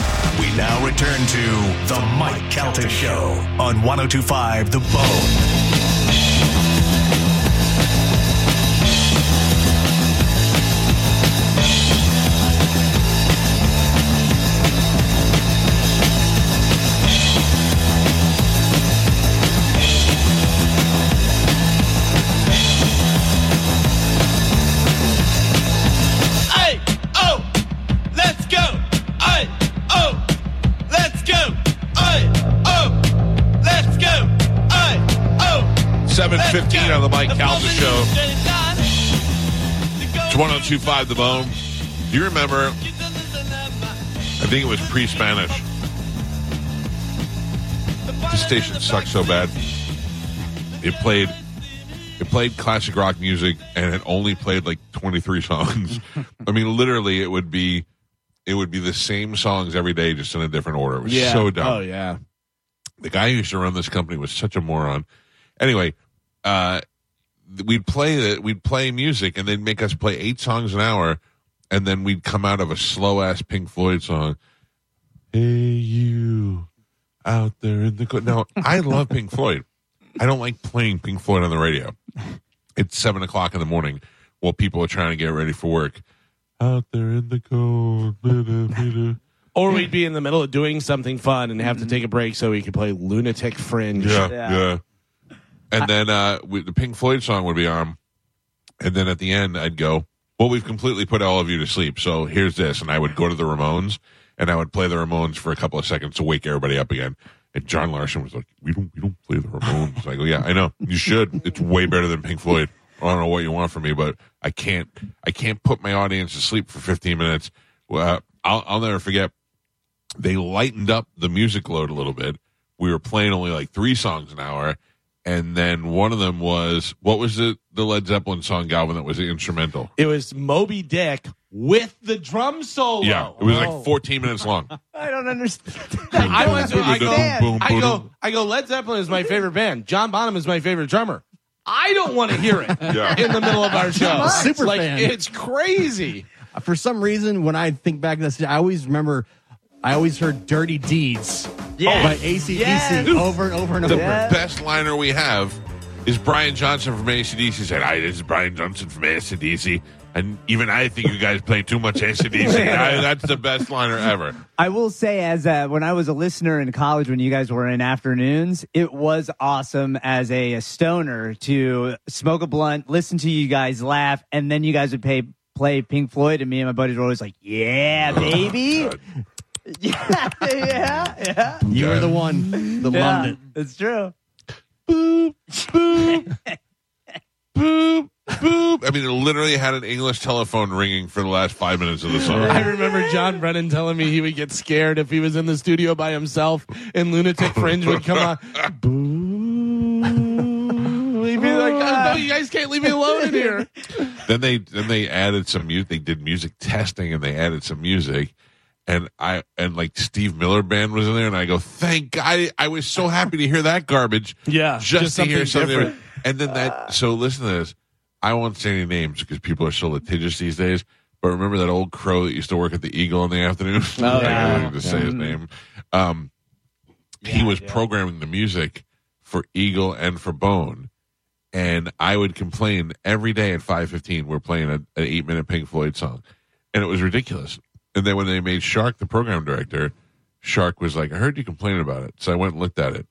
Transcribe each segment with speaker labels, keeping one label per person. Speaker 1: Now return to The Mike Calta Show on 1025 The Bone.
Speaker 2: Hey, oh, let's go. Hey, oh, let's go. Hey, oh, let's go. Hey, oh.
Speaker 3: 7:15 on the Mike Calta Show.
Speaker 2: It's
Speaker 3: It's 1025 The Bone. Do you remember? I think it was pre Spanish. This station sucked so bad. It played it played classic rock music and it only played like 23 songs. I mean literally it would be it would be the same songs every day just in a different order. It was
Speaker 4: Yeah.
Speaker 3: so dumb
Speaker 4: Oh yeah.
Speaker 3: the guy who used to run this company was such a moron. Anyway, uh, th- we'd play the, we'd play music, and they'd make us play eight songs an hour, and then we'd come out of a slow ass Pink Floyd song. Hey, you out there in the co-" now? I love Pink Floyd. I don't like playing Pink Floyd on the radio. It's seven o'clock in the morning while people are trying to get ready for work. Out there in the cold. blah, blah, blah, blah.
Speaker 4: Or we'd be in the middle of doing something fun and have to take a break so we could play Lunatic Fringe.
Speaker 3: Yeah, yeah.
Speaker 5: Yeah.
Speaker 3: And then uh, we, the Pink Floyd song would be on, and then at the end I'd go, "Well, we've completely put all of you to sleep, so here's this," and I would go to the Ramones and I would play the Ramones for a couple of seconds to wake everybody up again. And John Larson was like, "We don't, we don't play the Ramones." I go, "Yeah, I know. You should. It's way better than Pink Floyd." I don't know what you want from me, but I can't. I can't put my audience to sleep for 15 minutes. Uh, I'll, I'll never forget they lightened up the music load a little bit. We were playing only like three songs an hour, and then one of them was what was it? The Led Zeppelin song Galvin that was the instrumental.
Speaker 4: It was Moby Dick with the drum solo.
Speaker 3: Yeah, it was
Speaker 4: Oh.
Speaker 3: like 14 minutes long.
Speaker 5: I don't understand.
Speaker 4: I went to- I
Speaker 5: go-
Speaker 3: Boom, boom,
Speaker 4: I
Speaker 3: boom.
Speaker 4: go, I go. Led Zeppelin is my favorite band. John Bonham is my favorite drummer. I don't want to hear it
Speaker 3: Yeah.
Speaker 4: in the middle of our show.
Speaker 6: Super
Speaker 4: like,
Speaker 6: fan.
Speaker 4: It's crazy.
Speaker 6: For some reason, when I think back to this, I always remember. I always heard "Dirty Deeds"
Speaker 5: Yeah.
Speaker 6: by ACDC
Speaker 5: Yes.
Speaker 6: over and over and over.
Speaker 3: The
Speaker 5: Yeah.
Speaker 3: best liner we have is Brian Johnson from ACDC said, Hi, this is Brian Johnson from ACDC. And even I think you guys play too much ACDC. I, that's the best liner ever.
Speaker 5: I will say, as uh when I was a listener in college, when you guys were in afternoons, it was awesome as a, a stoner to smoke a blunt, listen to you guys laugh, and then you guys would pay, play Pink Floyd, and me and my buddies were always like, "Yeah, baby, yeah, yeah, yeah."
Speaker 6: You were the one that
Speaker 5: yeah.
Speaker 6: loved it.
Speaker 5: It's true.
Speaker 3: boop, boop. I mean, it literally had an English telephone ringing for the last five minutes of the
Speaker 4: I
Speaker 3: song.
Speaker 4: remember John Brennan telling me he would get scared if he was in the studio by himself and Lunatic Fringe would come on. Boo. He'd be like, oh, no, you guys can't leave me alone in here.
Speaker 3: then they then they added some music. They did music testing and they added some music. And I and like Steve Miller Band was in there, and I go, thank God! I, was so happy to hear that garbage.
Speaker 4: Yeah,
Speaker 3: just,
Speaker 4: just
Speaker 3: to hear
Speaker 4: something
Speaker 3: something.
Speaker 4: different.
Speaker 3: And then that. So listen to this. I won't say any names because people are so litigious these days. But remember that old crow that used to work at the Eagle in the afternoon. Oh,
Speaker 5: yeah.
Speaker 3: I to say his name. Um, he was programming the music for Eagle and for Bone, and I would complain every day at five fifteen. We're playing a, an eight minute Pink Floyd song, and it was ridiculous. And then when they made Shark the program director, Shark was like, "I heard you complaining about it," so I went and looked at it.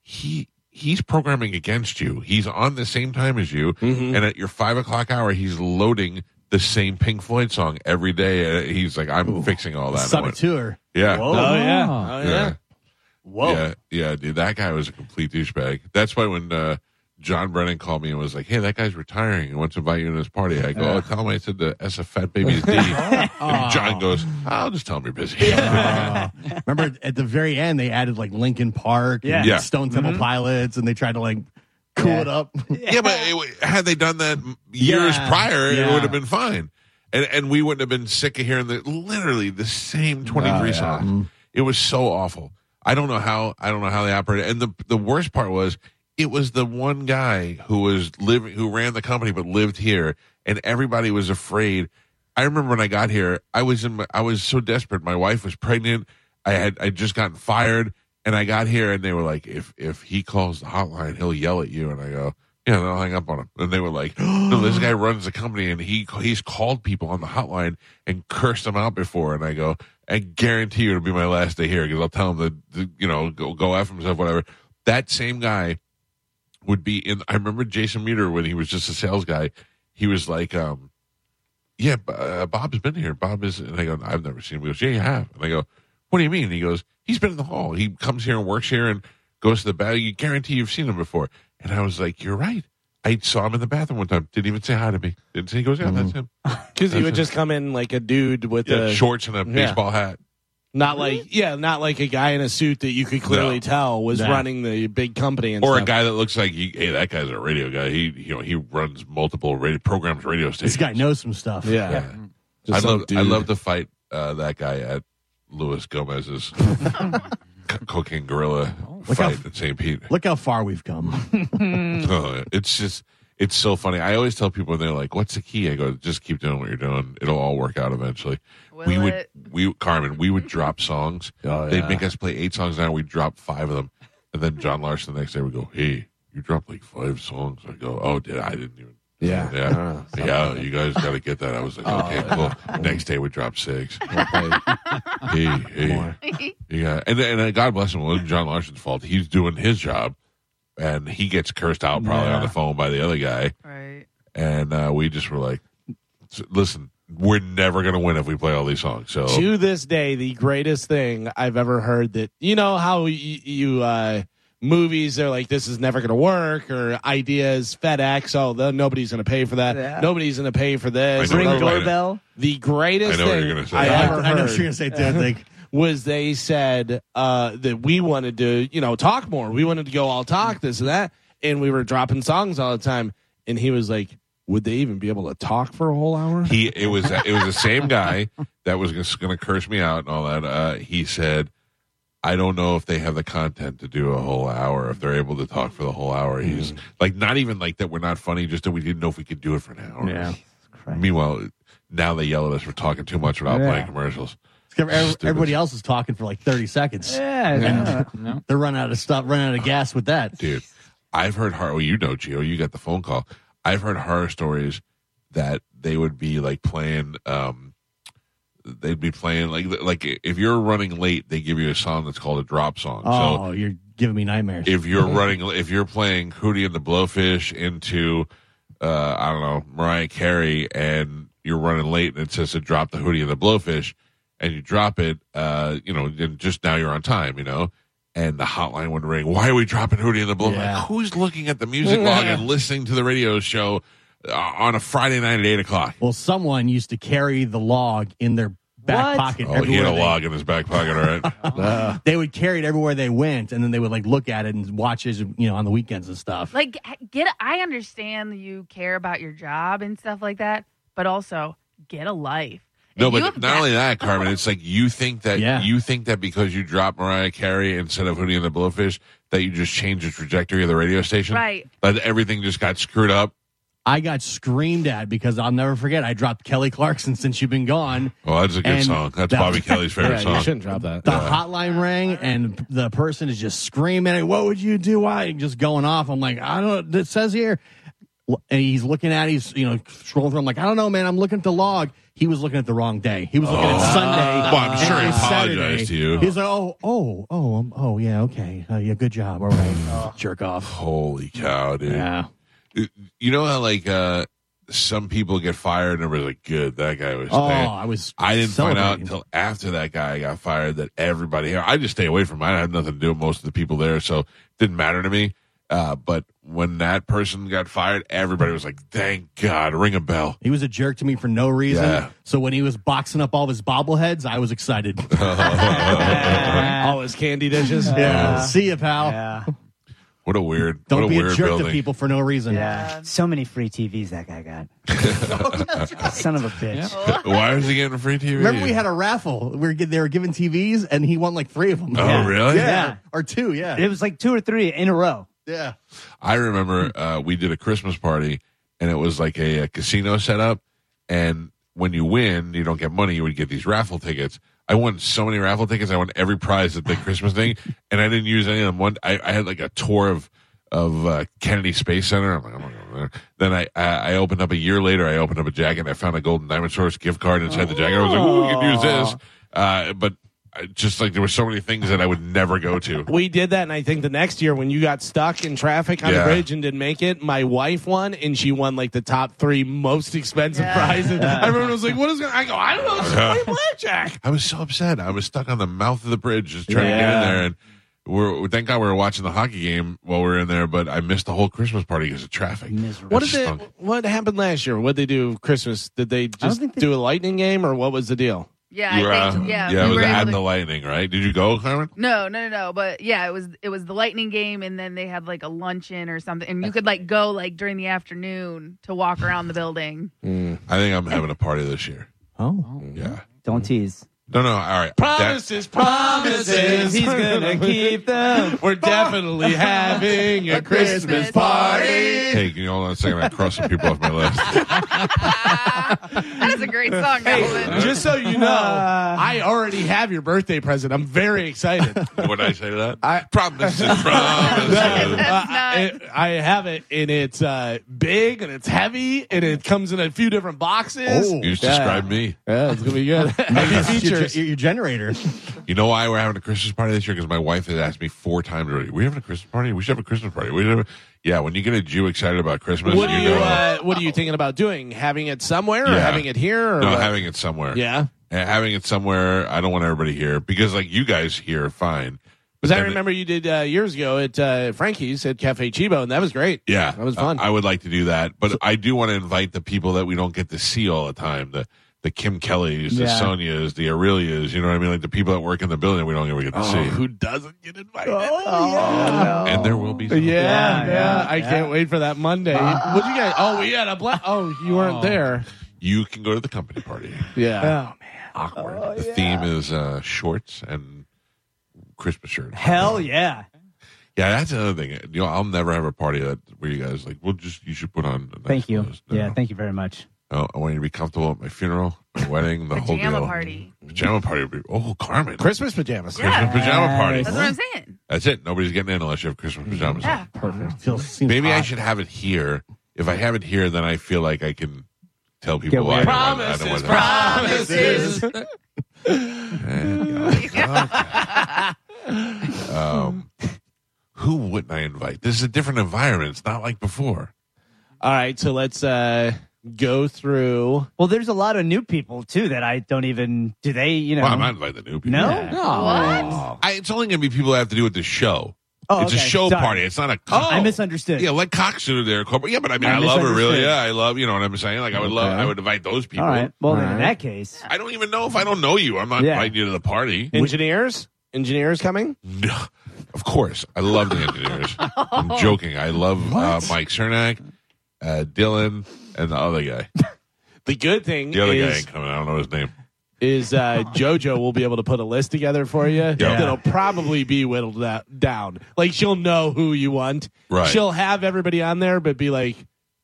Speaker 3: He he's programming against you. He's on the same time as you, and at your five o'clock hour, he's loading. The same Pink Floyd song every day. And He's like, I'm fixing all that. I went,
Speaker 6: Saboteur.
Speaker 3: yeah.
Speaker 4: Oh, yeah. Oh,
Speaker 3: Yeah.
Speaker 4: Whoa.
Speaker 3: Yeah. Yeah, dude. That guy was a complete douchebag. That's why when uh, John Brennan called me and was like, hey, that guy's retiring and wants to invite you to his party, I go, oh, tell him I said the S of Fat Baby's D. and John goes, I'll just tell him you're busy.
Speaker 6: Uh, Remember at the very end they added like Linkin Park, and
Speaker 3: Yeah. Yeah.
Speaker 6: Stone Temple Pilots, and they tried to like cool
Speaker 5: Yeah.
Speaker 6: it up.
Speaker 3: yeah, but it, w- had they done that m- years
Speaker 6: Yeah.
Speaker 3: prior, it
Speaker 6: Yeah.
Speaker 3: would have been fine, and and we wouldn't have been sick of hearing the literally the same twenty three
Speaker 6: Mm-hmm.
Speaker 3: songs. It was so awful. I don't know how I don't know how they operated, and the the worst part was it was the one guy who was living who ran the company but lived here, and everybody was afraid. I remember when I got here, I was in my, I was so desperate. My wife was pregnant. I had I just gotten fired, and I got here, and they were like, if if he calls the hotline, he'll yell at you. And I go, yeah, and I'll hang up on him. And they were like, no, this guy runs a company, and he he's called people on the hotline and cursed them out before. And I go, I guarantee you it'll be my last day here because I'll tell him that that, you know go go after himself, whatever. That same guy would be in i remember jason meter when he was just a sales guy he was like um yeah B- uh, bob's been here bob is and i go i've never seen him he goes yeah you have and i go what do you mean and he goes he's been in the hall he comes here and works here and goes to the bathroom you guarantee you've seen him before and i was like you're right i saw him in the bathroom one time didn't even say hi to me didn't say he goes yeah that's him
Speaker 4: Because he would just come in like a dude with
Speaker 3: Mm-hmm. yeah,
Speaker 4: a
Speaker 3: shorts and a baseball hat
Speaker 4: not like yeah, not like a guy in a suit that you could clearly
Speaker 3: No.
Speaker 4: tell was
Speaker 6: No.
Speaker 4: running the big company and
Speaker 3: or a
Speaker 4: stuff.
Speaker 3: guy that looks like he, hey that guy's a radio guy he you know he runs multiple radio programs radio stations
Speaker 6: This guy knows some stuff.
Speaker 4: Yeah,
Speaker 3: Yeah.
Speaker 4: Just
Speaker 3: I
Speaker 4: some
Speaker 3: love I
Speaker 4: dude.
Speaker 3: love to fight uh, that guy at Luis Gomez's c- cooking gorilla
Speaker 6: Look how-
Speaker 3: fight at St. Pete.
Speaker 6: Look how far we've come.
Speaker 3: Oh, it's just it's so funny. I always tell people when they're like, "What's the key?" I go, "Just keep doing what you're doing. It'll all work out eventually." we
Speaker 7: Will
Speaker 3: would
Speaker 7: it?
Speaker 3: we Carmen we would drop songs.
Speaker 6: Oh,
Speaker 3: They'd make us play eight songs an hour. We'd drop five of them, and then John Larson the next day would go, "Hey, you dropped like five songs." I go, "Oh, did I? I didn't even."
Speaker 4: Yeah.
Speaker 3: Yeah, yeah. You guys got to get that. I was like,
Speaker 6: Oh,
Speaker 3: okay, cool. Next day we drop six. hey, hey, yeah. And and uh, God bless him. It wasn't John Larson's fault. He's doing his job, and he gets cursed out probably on the phone by the other guy.
Speaker 7: Right.
Speaker 3: And uh, we just were like, "S- listen, we're never gonna win if we play all these songs. So
Speaker 4: to this day the greatest thing I've ever heard that you know how y- you uh movies they're like this is never going to work or ideas FedEx oh the, nobody's going to pay for that
Speaker 5: Yeah.
Speaker 4: nobody's going to pay for this
Speaker 3: I know
Speaker 4: Blah,
Speaker 5: Ring
Speaker 3: what
Speaker 4: blah,
Speaker 3: you're gonna-
Speaker 4: blah.
Speaker 5: doorbell.
Speaker 4: the greatest
Speaker 3: I know what
Speaker 4: thing
Speaker 3: you're gonna say.
Speaker 4: I
Speaker 3: Yeah,
Speaker 4: ever
Speaker 6: I know
Speaker 4: heard
Speaker 6: what you're gonna say too. I think
Speaker 4: was they said uh, that we wanted to, you know, talk more. We wanted to go all talk this and that, and we were dropping songs all the time. And he was like, "Would they even be able to talk for a whole hour?"
Speaker 3: he it was uh, it was the same guy that was just going to curse me out and all that. Uh, he said, "I don't know if they have the content to do a whole hour. If they're able to talk for the whole hour, he's like not even like that. We're not funny. Just that we didn't know if we could do it for an hour.
Speaker 6: Yeah.
Speaker 3: Meanwhile, now they yell at us for talking too much without
Speaker 5: Yeah.
Speaker 3: playing commercials.
Speaker 6: Every-
Speaker 3: Stupid.
Speaker 6: everybody else is talking for like thirty seconds.
Speaker 5: Yeah. yeah.
Speaker 8: No.
Speaker 6: They're running out of stuff, running out of gas with that.
Speaker 3: dude. I've heard horror. Well, you know, Gio, you got the phone call. I've heard horror stories that they would be like playing. um They'd be playing like like if you're running late, they give you a song that's called a drop song.
Speaker 6: Oh, you're giving me nightmares.
Speaker 3: So if you're running, if you're playing Hootie and the Blowfish into, uh I don't know, Mariah Carey, and you're running late, and it says to drop the Hootie and the Blowfish, and you drop it, uh, you know, and just now you're on time, you know. And the hotline would ring. Why are we dropping Hootie and the Blowfish?
Speaker 6: Yeah.
Speaker 3: Like, who's looking at the music log and listening to the radio show uh, on a Friday night at eight o'clock?
Speaker 6: well, someone used to carry the log in their back
Speaker 5: What?
Speaker 6: pocket.
Speaker 3: Oh, he had a
Speaker 6: everywhere they-
Speaker 3: log in his back pocket, all right.
Speaker 6: They would carry it everywhere they went, and then they would like look at it and watch it, you know, on the weekends and stuff.
Speaker 7: Like, get. I understand that you care about your job and stuff like that, but also get a life.
Speaker 3: No,
Speaker 7: If you
Speaker 3: but
Speaker 7: have
Speaker 3: not only that, Carmen. It's like you think that
Speaker 6: Yeah.
Speaker 3: you think that because you dropped Mariah Carey instead of Hootie and the Blowfish, that you just changed the trajectory of the radio station.
Speaker 7: Right. uh,
Speaker 3: That everything just got screwed up.
Speaker 6: I got screamed at because I'll never forget. I dropped Kelly Clarkson since you've been gone.
Speaker 3: Well, that's a good
Speaker 6: And
Speaker 3: song. That's
Speaker 6: that-
Speaker 3: Bobby Kelly's favorite
Speaker 4: you
Speaker 3: song.
Speaker 4: shouldn't drop that.
Speaker 6: The hotline rang, and the person is just screaming, "What would you do? Why?" And just going off. I'm like, I don't. It says here, and he's looking at. He's you know scrolling through. I'm like, I don't know, man. I'm looking at the log. He was looking at the wrong day. He was looking
Speaker 3: Oh.
Speaker 6: at Sunday.
Speaker 3: Well, I'm sure
Speaker 6: and
Speaker 3: he
Speaker 6: it was
Speaker 3: apologized
Speaker 6: Saturday.
Speaker 3: to you.
Speaker 6: He's like, oh, oh, oh, um, oh, yeah, okay, uh, yeah, good job, all
Speaker 3: Mm.
Speaker 6: right, Oh, jerk off.
Speaker 3: Holy cow, dude!
Speaker 6: Yeah,
Speaker 3: You know how like uh some people get fired and everybody's like, "Good, that guy was."
Speaker 6: oh,
Speaker 3: staying."
Speaker 6: I was.
Speaker 3: I didn't find out
Speaker 6: celebrating.
Speaker 3: until after that guy got fired that everybody here. I just stay away from. It. I had nothing to do with most of the people there, so it didn't matter to me. Uh, but when that person got fired, everybody was like, "Thank God, ring a bell."
Speaker 6: He was a jerk to me for no reason.
Speaker 3: Yeah.
Speaker 6: So when he was boxing up all of his bobbleheads, I was excited.
Speaker 4: all his candy dishes.
Speaker 6: yeah. See you, pal.
Speaker 5: Yeah.
Speaker 3: What a weird,
Speaker 6: Don't
Speaker 3: what a
Speaker 6: be
Speaker 3: weird
Speaker 6: a jerk to
Speaker 3: building.
Speaker 6: people for no reason.
Speaker 5: Yeah. So many free TVs that guy got. Son of a bitch.
Speaker 3: Why was he getting free TV?
Speaker 6: Remember, we had a raffle. We were, gi- they were giving TVs, and he won like three of them.
Speaker 3: Oh,
Speaker 6: yeah.
Speaker 3: really?
Speaker 6: Yeah. Or two, yeah.
Speaker 5: It was like two or three in a row.
Speaker 6: yeah.
Speaker 3: I remember uh, we did a Christmas party, and it was like a, a casino setup. And when you win, you don't get money. You would get these raffle tickets. I won so many raffle tickets. I won every prize at the Christmas thing, and I didn't use any of them. One, I, I had like a tour of of uh, Kennedy Space Center. I'm like, I'm not going there. Then I, I I opened up a year later. I opened up a jacket. and I found a golden diamond source gift card inside the jacket. I was like, ooh, we can use this. Uh, but I- just like there were so many things that I would never go to.
Speaker 4: We did that, and I think the next year when you got stuck in traffic on
Speaker 3: Yeah.
Speaker 4: the bridge and didn't make it, my wife won, and she won like the top three most expensive
Speaker 7: Yeah.
Speaker 4: prizes. Everyone was like, "What is going?" I go, "I don't know. It's
Speaker 3: Yeah.
Speaker 4: play blackjack."
Speaker 3: I was so upset. I was stuck on the mouth of the bridge, just trying to get
Speaker 4: Yeah.
Speaker 3: in there. And we're thank God we were watching the hockey game while we were in there, but I missed the whole Christmas party because of traffic.
Speaker 6: Miserable.
Speaker 4: What
Speaker 3: It
Speaker 4: did they,
Speaker 3: stunk.
Speaker 4: what happened last year? What did they do Christmas? Did they just
Speaker 5: think they-
Speaker 4: do a lightning game, or what was the deal?
Speaker 7: Yeah,
Speaker 3: You were,
Speaker 7: I think,
Speaker 3: uh, yeah,
Speaker 7: yeah, we
Speaker 3: it was
Speaker 7: were able
Speaker 3: at
Speaker 7: to-
Speaker 3: the lightning, right? Did you go, Carmen?
Speaker 7: No, no, no, no. But yeah, it was it was the Lightning game, and then they had like a luncheon or something, and you could like go like during the afternoon to walk around the building.
Speaker 3: I think I'm having a party this year.
Speaker 6: Oh,
Speaker 3: Yeah.
Speaker 5: Don't tease.
Speaker 3: No, no. All right. That-
Speaker 4: Promises, promises.
Speaker 5: He's gonna keep them.
Speaker 4: We're definitely having a Christmas
Speaker 7: Christmas
Speaker 4: party.
Speaker 3: hey, can you hold on a second? I crossed some people off my list.
Speaker 7: That is a great song, Alvin.
Speaker 4: Just so you know, I already have your birthday present. I'm very excited.
Speaker 3: what did I say to that? I promises, promises.
Speaker 7: That's
Speaker 4: Uh, I-
Speaker 7: not-
Speaker 4: I have it, and it's uh, big, and it's heavy, and it comes in a few different boxes.
Speaker 3: Oh. you just described me.
Speaker 4: Yeah, it's gonna be good. Heavy
Speaker 6: your,
Speaker 4: features.
Speaker 6: your, your generator.
Speaker 3: You know why we're having a Christmas party this year? Because my wife has asked me four times already. We having a Christmas party. We should have a Christmas party. We should have a-" yeah. When you get a Jew excited about Christmas,
Speaker 4: What are
Speaker 3: you
Speaker 4: you
Speaker 3: know,
Speaker 4: uh, What are you thinking about doing? Having it somewhere, or
Speaker 3: Yeah.
Speaker 4: having it here, or
Speaker 3: no,
Speaker 4: what?
Speaker 3: having it somewhere.
Speaker 4: yeah.
Speaker 3: And having it somewhere. I don't want everybody here because like you guys here, fine.
Speaker 4: Because I
Speaker 3: then-
Speaker 4: remember you did uh, years ago at uh, Frankie's at Cafe Chibo, and that was great.
Speaker 3: Yeah, Uh,
Speaker 4: that was fun.
Speaker 3: I, I would like to do that, but I do want to invite the people that we don't get to see all the time. The the Kim Kellys, the
Speaker 5: Yeah.
Speaker 3: Sonias, the Aurelias. You know what I mean? Like the people that work in the building we don't ever get to
Speaker 4: Oh,
Speaker 3: see.
Speaker 4: who doesn't get invited? Oh,
Speaker 3: And there will be. Some.
Speaker 4: Yeah, yeah,
Speaker 5: Yeah, yeah,
Speaker 4: I
Speaker 5: yeah.
Speaker 4: can't wait for that Monday.
Speaker 3: Uh,
Speaker 4: what you guys? Oh, we had a black. Oh, you weren't there.
Speaker 3: You can go to the company party.
Speaker 4: Yeah.
Speaker 3: Awkward.
Speaker 7: Oh,
Speaker 3: the theme is uh, shorts and Christmas shirt.
Speaker 5: Hell yeah.
Speaker 3: Yeah, that's another thing. You know, I'll never have a party that where you guys like. We'll just you should put on. a nice
Speaker 5: Thank you.
Speaker 3: clothes. No,
Speaker 5: Yeah, thank you very much.
Speaker 3: no, I want you to be comfortable at my funeral, my wedding, the whole
Speaker 7: Pajama
Speaker 3: deal.
Speaker 7: party.
Speaker 3: Pajama party would be. Oh, Carmen.
Speaker 4: Christmas pajamas.
Speaker 7: Yeah.
Speaker 3: Christmas pajama party.
Speaker 7: That's what I'm saying.
Speaker 3: That's it. Nobody's getting in unless you have Christmas pajamas. on.
Speaker 7: Yeah.
Speaker 6: Perfect. Feels- seems
Speaker 3: Maybe I
Speaker 5: Uh,
Speaker 6: odd.
Speaker 3: should have it here. If I have it here, then I feel like I can tell people
Speaker 5: Get
Speaker 3: why.
Speaker 5: weird.
Speaker 3: want,
Speaker 4: promises.
Speaker 3: um, who wouldn't I invite? This is a different environment. It's not like before.
Speaker 4: All right, so let's uh, go through.
Speaker 5: Well, there's a lot of new people too that I don't even. Do they? You know?
Speaker 3: Well, I'm not inviting the new people.
Speaker 5: no.
Speaker 4: Oh, No.
Speaker 7: What?
Speaker 3: I, it's only going to be people that have to do with the show.
Speaker 5: Oh,
Speaker 3: it's a
Speaker 5: okay.
Speaker 3: show
Speaker 5: Sorry. Oh,
Speaker 3: party. It's not a. co-
Speaker 5: I misunderstood.
Speaker 3: Yeah, let Cox do their corporate. Yeah, but I mean, I,
Speaker 5: I
Speaker 3: love her really.
Speaker 5: misunderstood.
Speaker 3: Yeah, I love. You know what I'm saying? Like, I would love.
Speaker 4: Okay.
Speaker 3: I would invite those people.
Speaker 5: All right. Well,
Speaker 4: All
Speaker 5: then in
Speaker 4: right.
Speaker 5: that case,
Speaker 3: I don't even know if I don't know you. I'm not
Speaker 5: Yeah.
Speaker 3: inviting you to the party.
Speaker 4: Engineers? Engineers coming?
Speaker 3: No, of course. I love the engineers. I'm joking. I love uh, Mike Cernak, uh, Dylan, and the other guy.
Speaker 4: The good thing
Speaker 3: The other guy
Speaker 4: is,
Speaker 3: ain't coming. I don't know his name.
Speaker 4: is uh, JoJo will be able to put a list together for you that'll probably be whittled that down. Like she'll know who you want.
Speaker 3: Right.
Speaker 4: She'll have everybody on there, but be like,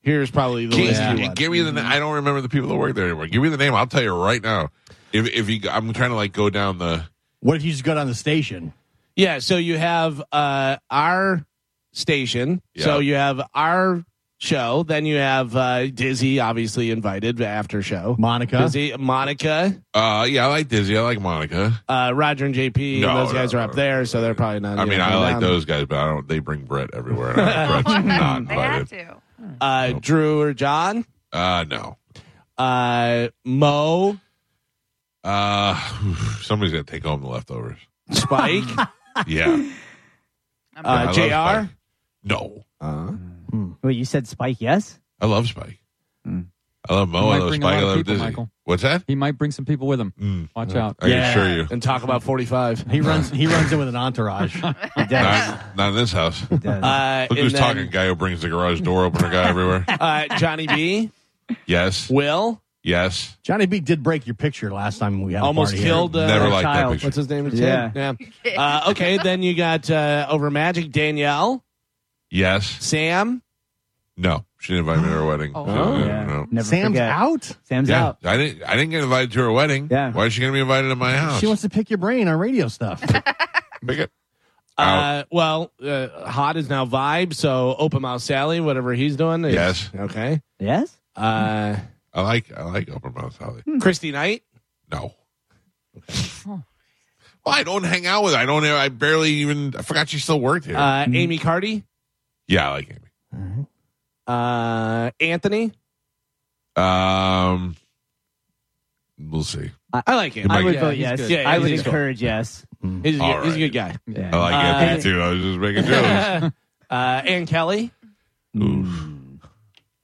Speaker 4: here's probably the list
Speaker 3: Give-
Speaker 4: you want.
Speaker 3: Give me the. na- I don't remember the people that work there anymore. Give me the name. I'll tell you right now. If if you, I'm trying to like go down the.
Speaker 6: What if you just got on the station?
Speaker 4: Yeah, so you have uh, our station. So
Speaker 3: Yeah.
Speaker 4: you have our show. Then you have uh, Dizzy, obviously invited after show.
Speaker 6: Monica.
Speaker 4: Dizzy, Monica,
Speaker 3: Uh, yeah, I like Dizzy. I like Monica.
Speaker 4: uh, Roger and JP.
Speaker 3: No,
Speaker 4: and those
Speaker 3: no,
Speaker 4: guys are up
Speaker 3: no.
Speaker 4: there, so they're probably not.
Speaker 3: I mean,
Speaker 4: yeah,
Speaker 3: I
Speaker 4: they're
Speaker 3: like
Speaker 4: down.
Speaker 3: those guys, but I don't. They bring Brett everywhere. and I don't- Brett's not
Speaker 7: They have
Speaker 3: invited.
Speaker 7: to.
Speaker 4: Uh, Drew or John,
Speaker 3: Uh, no.
Speaker 4: uh, Mo,
Speaker 3: Uh, somebody's gonna take home the leftovers.
Speaker 4: Spike,
Speaker 3: Yeah.
Speaker 7: I'm
Speaker 4: uh,
Speaker 3: I love
Speaker 4: Jr.
Speaker 3: Spike. No,
Speaker 5: well, you said Spike. Yes.
Speaker 3: I love Spike.
Speaker 8: Mm.
Speaker 3: I love Mo.
Speaker 8: You
Speaker 3: I
Speaker 8: might
Speaker 3: love
Speaker 8: bring a
Speaker 3: Spike. I
Speaker 8: lot of
Speaker 3: love
Speaker 8: people,
Speaker 3: Dizzy.
Speaker 8: Michael.
Speaker 3: What's that?
Speaker 8: He might bring some people with him.
Speaker 3: Mm.
Speaker 8: Watch out.
Speaker 3: I
Speaker 6: Yeah.
Speaker 3: assure you,
Speaker 4: and talk about forty-five.
Speaker 6: He runs. He runs in with an entourage.
Speaker 5: It does.
Speaker 3: not, not in this house. Look
Speaker 5: It does.
Speaker 4: Uh, and
Speaker 3: who's
Speaker 4: then,
Speaker 3: talking. Guy who brings the garage door opener guy everywhere.
Speaker 4: Uh, Johnny B,
Speaker 3: yes,
Speaker 4: Will,
Speaker 3: yes.
Speaker 6: Johnny B did break your picture last time we had a
Speaker 4: almost
Speaker 6: party here.
Speaker 4: killed. Uh,
Speaker 3: Never liked that
Speaker 5: child.
Speaker 3: picture.
Speaker 4: What's his name?
Speaker 5: Yeah.
Speaker 4: Yeah. Uh, okay, then you got uh, over Magic Danielle,
Speaker 3: yes,
Speaker 4: Sam,
Speaker 3: No, she didn't invite me to her wedding.
Speaker 7: Oh.
Speaker 3: No, no,
Speaker 5: yeah.
Speaker 3: no.
Speaker 5: Never
Speaker 6: Sam's
Speaker 5: forget.
Speaker 6: out.
Speaker 5: Sam's
Speaker 3: Yeah,
Speaker 5: out.
Speaker 3: I didn't. I didn't get invited to her wedding.
Speaker 5: Yeah.
Speaker 3: Why is she going to be invited to my house?
Speaker 6: She wants to pick your brain on radio stuff.
Speaker 3: Pick it. Out.
Speaker 4: Uh, well, uh, hot is now vibe. So open mouth Sally, whatever he's doing. is-
Speaker 3: Yes.
Speaker 4: Okay.
Speaker 5: Yes.
Speaker 4: Uh,
Speaker 3: I like. I like open mouth Holly.
Speaker 4: Christy Knight.
Speaker 3: No. Well, I don't hang out with. Her. I don't. I barely even. I forgot she still worked here.
Speaker 4: Uh, Amy Cardy.
Speaker 3: yeah, I like Amy.
Speaker 4: Uh, Anthony.
Speaker 3: Um, we'll see.
Speaker 4: I like him.
Speaker 3: I
Speaker 5: I would
Speaker 4: yeah,
Speaker 5: vote
Speaker 4: he's
Speaker 5: yes.
Speaker 4: good. Yeah,
Speaker 5: I would
Speaker 4: he's good.
Speaker 5: encourage yes.
Speaker 4: He's a,
Speaker 3: All
Speaker 4: good, he's a
Speaker 3: right.
Speaker 4: good guy.
Speaker 5: Yeah.
Speaker 3: I like
Speaker 4: Uh,
Speaker 3: Anthony too. I was just making jokes.
Speaker 4: uh, Ann Kelly.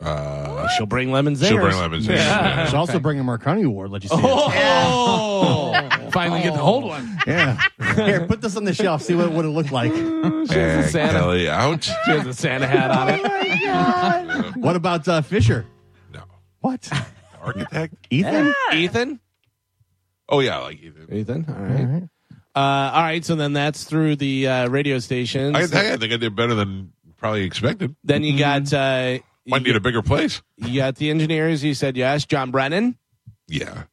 Speaker 3: Uh,
Speaker 4: She'll bring lemons in.
Speaker 3: she'll bring lemons. in.
Speaker 4: Yeah.
Speaker 6: She's also bringing Marconi Award. Let you see
Speaker 4: Oh,
Speaker 6: it.
Speaker 4: finally get the whole one.
Speaker 6: Yeah. Here, put this on the shelf. See what, what it looked like.
Speaker 3: And
Speaker 4: Santa.
Speaker 3: Kelly out.
Speaker 4: She has a Santa hat on it.
Speaker 6: What about uh, Fisher?
Speaker 3: No.
Speaker 6: What?
Speaker 3: Architect.
Speaker 6: Ethan?
Speaker 4: Ethan.
Speaker 3: Oh yeah, I like Ethan.
Speaker 4: Ethan. All right. Uh, all right. So then that's through the uh, radio stations.
Speaker 3: I, I think I did better than probably expected.
Speaker 4: then you got uh,
Speaker 3: Might need
Speaker 4: you,
Speaker 3: a bigger place.
Speaker 4: you got the engineers. You said yes. John Brennan.
Speaker 3: Yeah.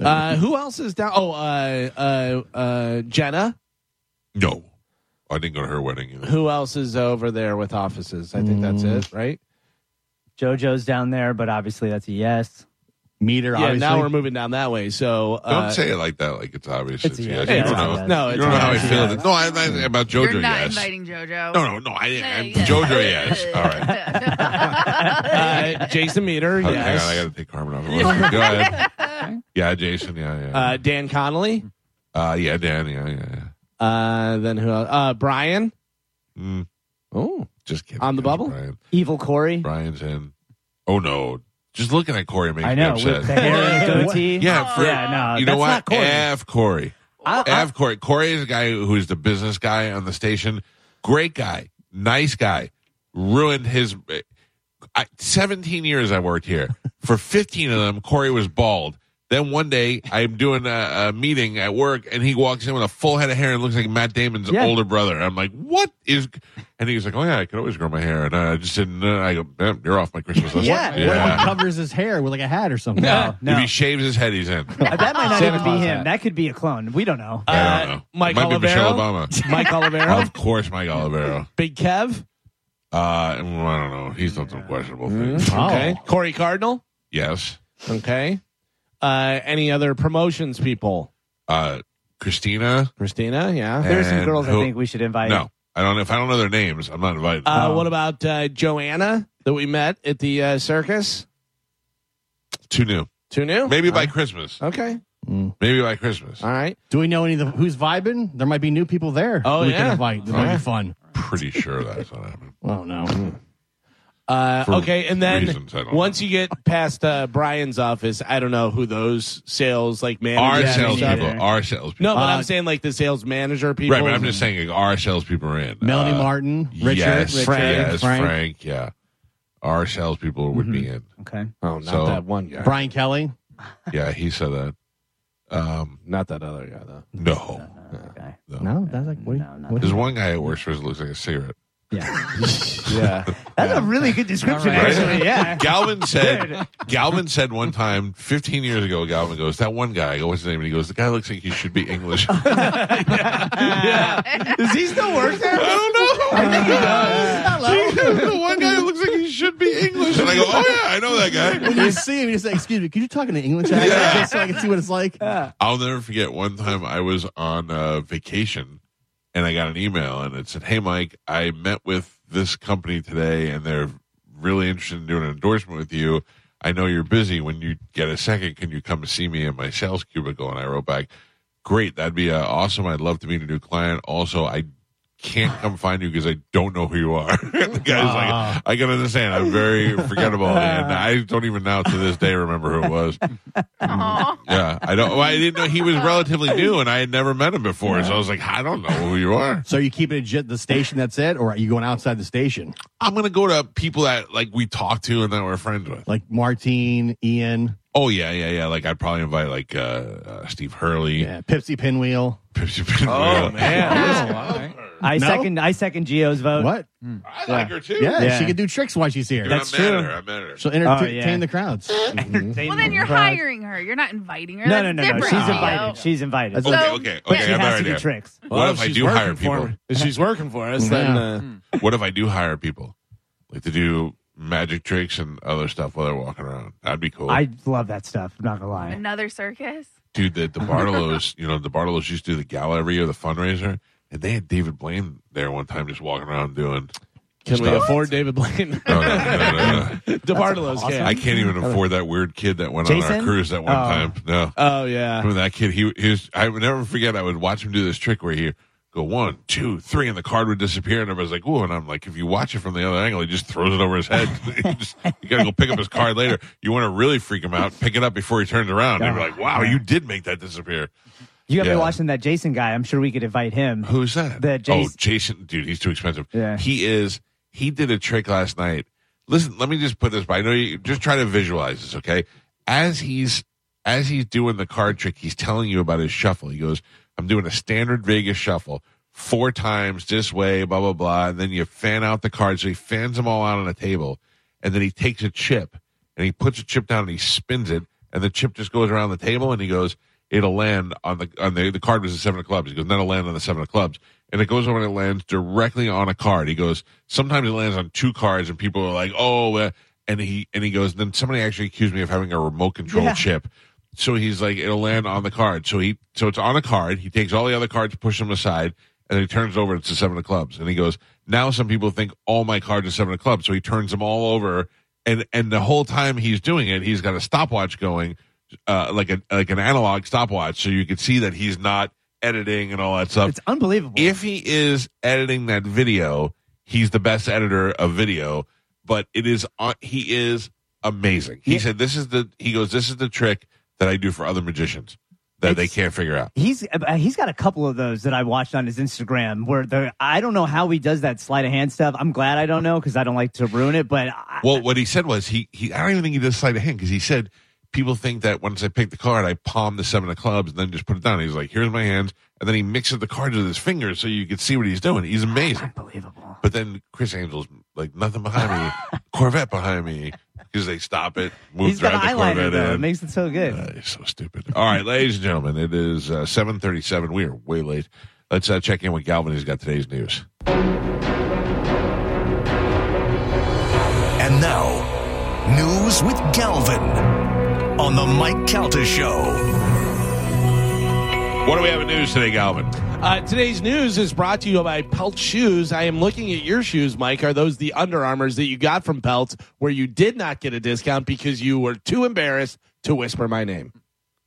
Speaker 4: Uh, who else is down? Oh, uh, uh, uh, Jenna.
Speaker 3: No. I didn't go to her wedding either.
Speaker 4: Who else is over there with offices? I think that's it, right?
Speaker 5: JoJo's down there, but obviously that's a yes.
Speaker 6: Meter,
Speaker 4: yeah.
Speaker 6: obviously.
Speaker 4: Now we're moving down that way. So
Speaker 3: Don't
Speaker 4: uh,
Speaker 3: say it like that. Like it's obvious.
Speaker 5: It's a
Speaker 3: yes.
Speaker 5: yes.
Speaker 3: You
Speaker 5: It's
Speaker 3: don't know.
Speaker 5: a yes.
Speaker 4: no,
Speaker 3: You
Speaker 4: it's
Speaker 3: don't know how I
Speaker 4: not.
Speaker 3: feel. No, I'm not about JoJo.
Speaker 7: You're not
Speaker 3: yes.
Speaker 7: inviting JoJo.
Speaker 3: No, no, no. I didn't. I-
Speaker 7: Yeah.
Speaker 3: JoJo. Yes. All right.
Speaker 4: Uh, Jason Meter.
Speaker 3: Oh, Hang on,
Speaker 4: yes.
Speaker 3: I got to take Carmen off. the list. Go ahead. Yeah, Jason. Yeah,
Speaker 4: uh, Dan Connolly.
Speaker 3: yeah. Uh, yeah, Dan. Yeah, yeah. yeah.
Speaker 4: Uh, then who else? Uh, Brian.
Speaker 3: Mm,
Speaker 4: Oh,
Speaker 3: just kidding.
Speaker 4: On the
Speaker 3: That's
Speaker 4: bubble?
Speaker 3: Brian.
Speaker 5: Evil Corey.
Speaker 3: Brian's in. Oh no! Just looking at Corey makes
Speaker 5: I know.
Speaker 3: me
Speaker 5: With the
Speaker 3: upset.
Speaker 5: hair and the goatee.
Speaker 3: Yeah, for,
Speaker 5: Yeah, no,
Speaker 3: you
Speaker 5: that's
Speaker 3: know what?
Speaker 5: not Corey.
Speaker 3: F Corey.
Speaker 5: I- I-
Speaker 3: F Corey. Corey is a guy who's the business guy on the station. Great guy, nice guy. Ruined his. uh, I, Seventeen years I worked here. For fifteen of them, Corey was bald. Then one day I'm doing a, a meeting at work, and he walks in with a full head of hair and looks like Matt Damon's
Speaker 5: Yeah.
Speaker 3: older brother. I'm like, "What is?" And he's like, "Oh yeah, I could always grow my hair." And I just didn't. uh, I go, eh, "You're off my Christmas list."
Speaker 5: Yeah.
Speaker 6: What if he covers his hair with like a hat or something? Oh.
Speaker 5: No,
Speaker 3: If
Speaker 5: no.
Speaker 3: he shaves his head, he's in.
Speaker 5: Uh, That might not
Speaker 4: Santa
Speaker 5: even be
Speaker 4: Claus
Speaker 5: him.
Speaker 4: hat.
Speaker 5: That could be a clone. We don't know.
Speaker 3: I
Speaker 4: Uh,
Speaker 3: don't know. it
Speaker 4: Mike
Speaker 3: might be Michelle
Speaker 4: Olivero?
Speaker 3: Obama.
Speaker 4: Mike Olivero.
Speaker 3: of course, Mike Olivero.
Speaker 4: Big Kev.
Speaker 3: Uh, I don't know. He's done some questionable
Speaker 4: Mm-hmm.
Speaker 3: things.
Speaker 4: Okay. Corey Cardinal.
Speaker 3: Yes.
Speaker 4: Okay. Uh, any other promotions people?
Speaker 3: Uh, Christina.
Speaker 4: Christina, yeah.
Speaker 5: There's some
Speaker 3: and
Speaker 5: girls
Speaker 3: who-
Speaker 5: I think we should invite.
Speaker 3: No, I don't. If I don't know their names, I'm not invited.
Speaker 4: Uh, what about uh, Joanna that we met at the uh, circus?
Speaker 3: Too new.
Speaker 4: Too new?
Speaker 3: Maybe by Christmas.
Speaker 4: Okay.
Speaker 3: Maybe by Christmas.
Speaker 4: Oh. All right.
Speaker 6: Do we know any of the who's vibing? There might be new people there.
Speaker 4: Oh,
Speaker 6: we
Speaker 4: yeah.
Speaker 6: can invite. That might
Speaker 4: Yeah.
Speaker 6: be fun.
Speaker 3: Pretty sure that's what happened.
Speaker 6: Oh no.
Speaker 4: Uh,
Speaker 3: For
Speaker 4: okay. And then
Speaker 3: reasons I don't
Speaker 4: once you get past uh, Brian's office, I don't know who those sales like
Speaker 3: Our
Speaker 4: managers.
Speaker 3: salespeople.
Speaker 5: neither.
Speaker 3: Our salespeople.
Speaker 4: No, but
Speaker 6: Uh,
Speaker 4: I'm saying like the sales manager people.
Speaker 3: right, but I'm just saying like, our salespeople are in.
Speaker 6: Melanie
Speaker 3: Uh,
Speaker 6: Martin, Richard,
Speaker 3: yes,
Speaker 6: Richard,
Speaker 3: Frank, yes, Frank.
Speaker 6: Frank,
Speaker 3: Yeah, our salespeople would be in.
Speaker 5: Okay.
Speaker 4: Oh, not
Speaker 3: So-
Speaker 4: that one guy.
Speaker 6: Brian Kelly.
Speaker 3: Yeah, he said that. Um,
Speaker 4: Not that other guy though.
Speaker 3: no.
Speaker 4: Uh-huh.
Speaker 5: Okay.
Speaker 6: No, Oh, that's like what?
Speaker 5: No, not
Speaker 6: what-
Speaker 3: There's one guy at works for us that looks like a cigarette.
Speaker 5: Yeah.
Speaker 4: Yeah.
Speaker 5: That's a really good description,
Speaker 4: All right.
Speaker 5: actually. Yeah.
Speaker 3: Galvin said Galvin said one time, fifteen years ago, Galvin goes, That one guy, I go, what's his name? And he goes, The guy looks like he should be English. I
Speaker 4: yeah. Does he still work there?
Speaker 3: don't know. I think he does. the one guy who looks like he should be English. And I go, Oh yeah, I know that guy.
Speaker 6: when you see him, you just say, "Excuse me, could you talk in an English accent just so I can see what it's like?"
Speaker 3: I'll never forget one time I was on uh, vacation and I got an email and it said, Hey Mike, I met with this company today and they're really interested in doing an endorsement with you. I know you're busy. When you get a second, can you come see me in my sales cubicle? And I wrote back, Great, that'd be uh, awesome. I'd love to meet a new client. Also, I can't come find you because I don't know who you are. And the guy's like, I can understand. I'm very forgettable, and I don't even now to this day remember who it was. Yeah, I don't. Well, I didn't know he was relatively new, and I had never met him before. So I was like, I don't know who you are.
Speaker 6: So you keep it at ju- the station. That's it, or are you going outside the station,
Speaker 3: I'm gonna go to people that like we talked to and that we're friends with.
Speaker 6: like Martine, Ian,
Speaker 3: Oh yeah, yeah, yeah. Like I'd probably invite like uh, uh Steve Hurley.
Speaker 6: yeah, Pepsi Pinwheel.
Speaker 3: Pepsi Pinwheel.
Speaker 4: man.
Speaker 8: Oh, all right.
Speaker 5: I
Speaker 6: No?
Speaker 5: second. I second Geo's vote.
Speaker 6: What?
Speaker 3: I like her too.
Speaker 6: Yeah,
Speaker 5: Yeah.
Speaker 6: she can do tricks while she's here.
Speaker 3: Dude,
Speaker 5: That's
Speaker 3: I'm mad
Speaker 5: true.
Speaker 3: At her. I'm mad at her.
Speaker 6: She'll entertain
Speaker 5: yeah.
Speaker 6: the crowds.
Speaker 7: Well, then you're hiring her. You're not inviting her.
Speaker 5: No, no,
Speaker 7: That's
Speaker 5: no, no.
Speaker 7: different,
Speaker 5: She's
Speaker 7: Gio.
Speaker 5: invited. She's invited.
Speaker 7: So-
Speaker 3: okay, okay, okay.
Speaker 5: she
Speaker 3: I have an
Speaker 5: has to do
Speaker 3: idea.
Speaker 5: tricks.
Speaker 3: What if I
Speaker 4: she's
Speaker 3: do
Speaker 4: working
Speaker 3: hire
Speaker 4: for
Speaker 3: people?
Speaker 4: me- If she's working for us, then uh,
Speaker 3: What if I do hire people, like to do magic tricks and other stuff while they're walking around? That'd be cool.
Speaker 5: I love that stuff. I'm not gonna lie.
Speaker 7: Another circus.
Speaker 3: Dude, the, the Bartolos, you know, the Bartolos used to do the gala every year, the fundraiser, and they had David Blaine there one time just walking around doing.
Speaker 4: can we
Speaker 3: Stop.
Speaker 4: afford David Blaine?
Speaker 3: No, no, no, no, no.
Speaker 4: DeBartolo's can.
Speaker 3: I can't even afford that weird kid that went on our
Speaker 5: Jason?
Speaker 3: cruise that one
Speaker 5: Oh.
Speaker 3: time. No.
Speaker 4: Oh yeah.
Speaker 3: Remember that kid? He, he was, I would never forget. I would watch him do this trick where he go one, two, three, and the card would disappear, and everybody's like, "Ooh!" And I'm like, if you watch it from the other angle, he just throws it over his head. He just- you gotta go pick up his card later. You want to really freak him out? Pick it up before he turns around. And you're like, "Wow, you did make that disappear."
Speaker 5: You got
Speaker 3: Yeah.
Speaker 5: me watching that Jason guy. I'm sure we could invite him.
Speaker 3: Who's that?
Speaker 5: The
Speaker 3: oh,
Speaker 5: Jason-
Speaker 3: Jason, dude, he's too expensive.
Speaker 5: Yeah.
Speaker 3: He is. He did a trick last night. Listen, let me just put this. By I know you just try to visualize this, okay? As he's as he's doing the card trick, he's telling you about his shuffle. He goes, "I'm doing a standard Vegas shuffle, four times this way, blah blah blah." And then you fan out the cards. So he fans them all out on a table, and then he takes a chip and he puts a chip down and he spins it, and the chip just goes around the table, and he goes, "It'll land on the on the the card was the seven of clubs." He goes, "That'll land on the seven of clubs," and it goes over and it lands directly on a card. He goes, "Sometimes it lands on two cards," and people are like, "Oh," uh," and he and he goes, "Then somebody actually accused me of having a remote control
Speaker 5: Yeah.
Speaker 3: chip." So he's like, "It'll land on the card." So he so it's on a card. He takes all the other cards, pushes them aside. And he turns over, it's the seven of clubs. And he goes, Now some people think all my cards are seven of clubs. So he turns them all over and and the whole time he's doing it, he's got a stopwatch going, uh, like a like an analog stopwatch, so you can see that he's not editing and all that stuff.
Speaker 5: It's unbelievable.
Speaker 3: if he is editing that video, he's the best editor of video. But it is on, he is amazing. He
Speaker 5: Yeah.
Speaker 3: said this is the he goes this is the trick that I do for other magicians that they
Speaker 5: It's-
Speaker 3: can't figure out.
Speaker 5: He's uh, he's got a couple of those that I watched on his Instagram where the I don't know how he does that sleight of hand stuff. I'm glad I don't know because I don't like to ruin it. But I,
Speaker 3: Well, what he said was he, he I don't even think he did a sleight of hand because he said people think that once I pick the card, I palm the seven of clubs and then just put it down. He's like, here's my hands, and then he mixes the cards with his fingers so you can see what he's doing. He's amazing.
Speaker 5: unbelievable.
Speaker 3: But then Chris Angel's like nothing behind me, Corvette behind me because they stop it, move
Speaker 5: He's got
Speaker 3: drive the
Speaker 5: an eyeliner
Speaker 3: Corvette
Speaker 5: though. It
Speaker 3: in.
Speaker 5: makes it so good.
Speaker 3: Uh, he's so stupid. All right, ladies and gentlemen, it is uh, seven thirty-seven. We are way late. Let's uh, check in with Galvin. He's got today's news.
Speaker 1: And now, news with Galvin on the Mike Calta Show.
Speaker 3: What do we have in news today, Galvin?
Speaker 4: Uh, today's news is brought to you by Pelt Shoes. I am looking at your shoes, Mike. Are those the Under Armours that you got from Pelt where you did not get a discount because you were too embarrassed to whisper my name?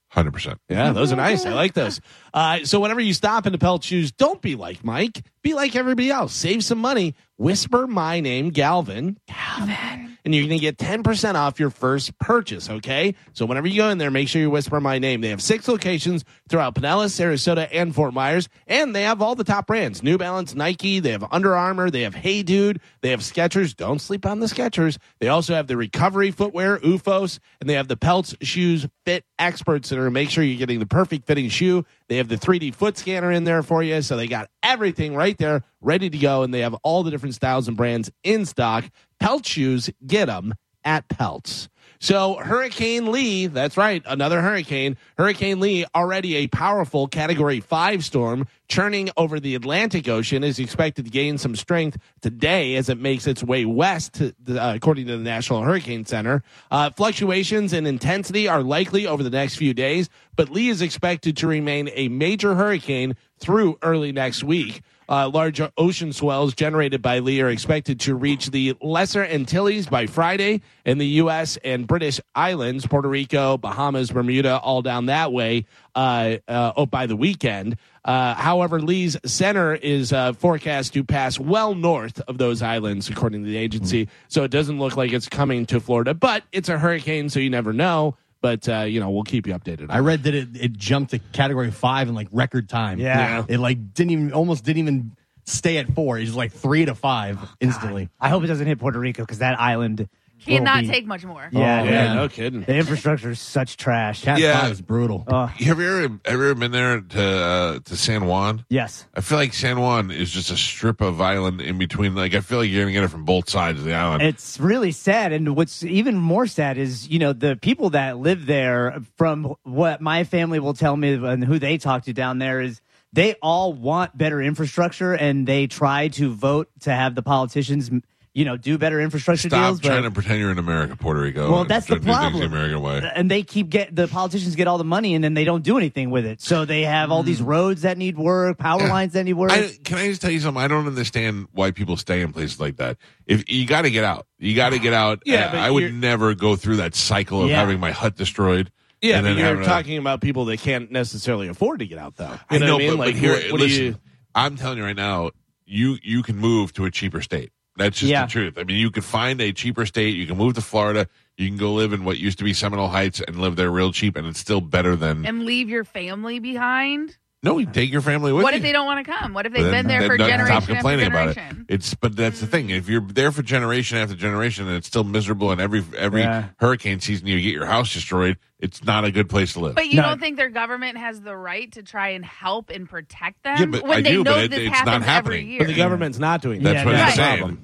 Speaker 3: Hundred percent.
Speaker 4: Yeah, those are nice. I like those. Uh, so whenever you stop into Pelt Shoes, don't be like Mike. Be like everybody else. Save some money. Whisper my name, Galvin. Galvin. And you're going to get 10% off your first purchase, okay? So whenever you go in there, make sure you whisper my name. They have six locations throughout Pinellas, Sarasota, and Fort Myers. And they have all the top brands. New Balance, Nike. They have Under Armour. They have Hey Dude. They have Skechers. Don't sleep on the Skechers. They also have the recovery footwear, UFOs, and they have the Pelts Shoes Fit Experts that are make sure you're getting the perfect fitting shoe. They have the 3D foot scanner in there for you. So they got everything right there ready to go. And they have all the different styles and brands in stock. Pelt shoes, get them at Pelts. So Hurricane Lee, that's right, another hurricane. Hurricane Lee, already a powerful category 5 storm churning over the Atlantic Ocean is expected to gain some strength today as it makes its way west to the- uh, according to the National Hurricane Center. Uh, fluctuations in intensity are likely over the next few days, but Lee is expected to remain a major hurricane through early next week. Uh, large ocean swells generated by Lee are expected to reach the Lesser Antilles by Friday and the U.S. and British Islands, Puerto Rico, Bahamas, Bermuda, all down that way uh, uh, oh, by the weekend. Uh, however, Lee's center is uh, forecast to pass well north of those islands, according to the agency. So it doesn't look like it's coming to Florida, but it's a hurricane, so you never know. But, uh, you know, we'll keep you updated.
Speaker 6: I read that it, it jumped to category five in like record time.
Speaker 5: Yeah.
Speaker 6: It like didn't even almost didn't even stay at four. It's like three to five instantly.
Speaker 5: I hope it doesn't hit Puerto Rico because that island
Speaker 7: Cannot
Speaker 6: be-
Speaker 7: take much more.
Speaker 5: Yeah,
Speaker 6: Oh,
Speaker 5: dude.
Speaker 6: yeah.
Speaker 4: no kidding.
Speaker 5: the infrastructure is such trash.
Speaker 6: Cat
Speaker 3: Yeah.
Speaker 6: five is brutal.
Speaker 5: Ugh.
Speaker 3: Have you ever ever been there to uh, to San Juan?
Speaker 5: yes.
Speaker 3: I feel like San Juan is just a strip of island in between. Like I feel like you're gonna get it from both sides of the island.
Speaker 5: It's really sad. And what's even more sad is, you know, the people that live there, from what my family will tell me and who they talk to down there, is they all want better infrastructure and they try to vote to have the politicians, you know, do better infrastructure
Speaker 3: Stop
Speaker 5: deals.
Speaker 3: trying
Speaker 5: but,
Speaker 3: to pretend you're in America, Puerto Rico.
Speaker 5: Well,
Speaker 3: and
Speaker 5: that's the
Speaker 3: do things
Speaker 5: problem.
Speaker 3: The American way.
Speaker 5: and they keep get the politicians get all the money and then they don't do anything with it. So they have all these roads that need work, power lines that need work.
Speaker 3: Hmm. I, can I just tell you something? I don't understand why people stay in places like that. If you got to get out, you got to get out.
Speaker 4: Yeah,
Speaker 3: Uh,
Speaker 4: but
Speaker 3: I would
Speaker 4: you're-
Speaker 3: never go through that cycle of
Speaker 5: Yeah.
Speaker 3: having my hut destroyed.
Speaker 4: Yeah,
Speaker 3: and
Speaker 4: but
Speaker 3: then
Speaker 4: you're
Speaker 3: having a-
Speaker 4: talking about people that can't necessarily afford to get out, though. You
Speaker 3: I know,
Speaker 4: what I mean?
Speaker 3: but,
Speaker 4: like
Speaker 3: but here,
Speaker 4: what, what do
Speaker 3: listen.
Speaker 4: you?
Speaker 3: I'm telling you right now, you you can move to a cheaper state. That's just
Speaker 5: Yeah.
Speaker 3: the truth. I mean, you can find a cheaper state. You can move to Florida. You can go live in what used to be Seminole Heights and live there real cheap, and it's still better than
Speaker 7: And leave your family behind.
Speaker 3: no. You take your family with
Speaker 7: What
Speaker 3: you.
Speaker 7: if they don't want to come? What if they've
Speaker 3: Then-
Speaker 7: been there
Speaker 3: then
Speaker 7: for
Speaker 3: don't
Speaker 7: generation
Speaker 3: Stop
Speaker 7: after
Speaker 3: complaining about it.
Speaker 7: generation?
Speaker 3: It's but that's the thing. If you're there for generation after generation and it's still miserable, and every every
Speaker 5: Yeah.
Speaker 3: hurricane season you get your house destroyed, it's not a good place to live.
Speaker 7: But you
Speaker 5: No.
Speaker 7: don't think their government has the right to try and help and protect them
Speaker 3: Yeah, but
Speaker 7: when
Speaker 3: I
Speaker 7: they
Speaker 3: do,
Speaker 7: know
Speaker 3: but it-
Speaker 7: this
Speaker 3: it's not
Speaker 7: happens every
Speaker 3: happening.
Speaker 7: year?
Speaker 4: But the government's not doing
Speaker 3: that's
Speaker 4: that.
Speaker 3: what
Speaker 7: yeah.
Speaker 3: he's
Speaker 4: the
Speaker 3: saying.
Speaker 4: problem.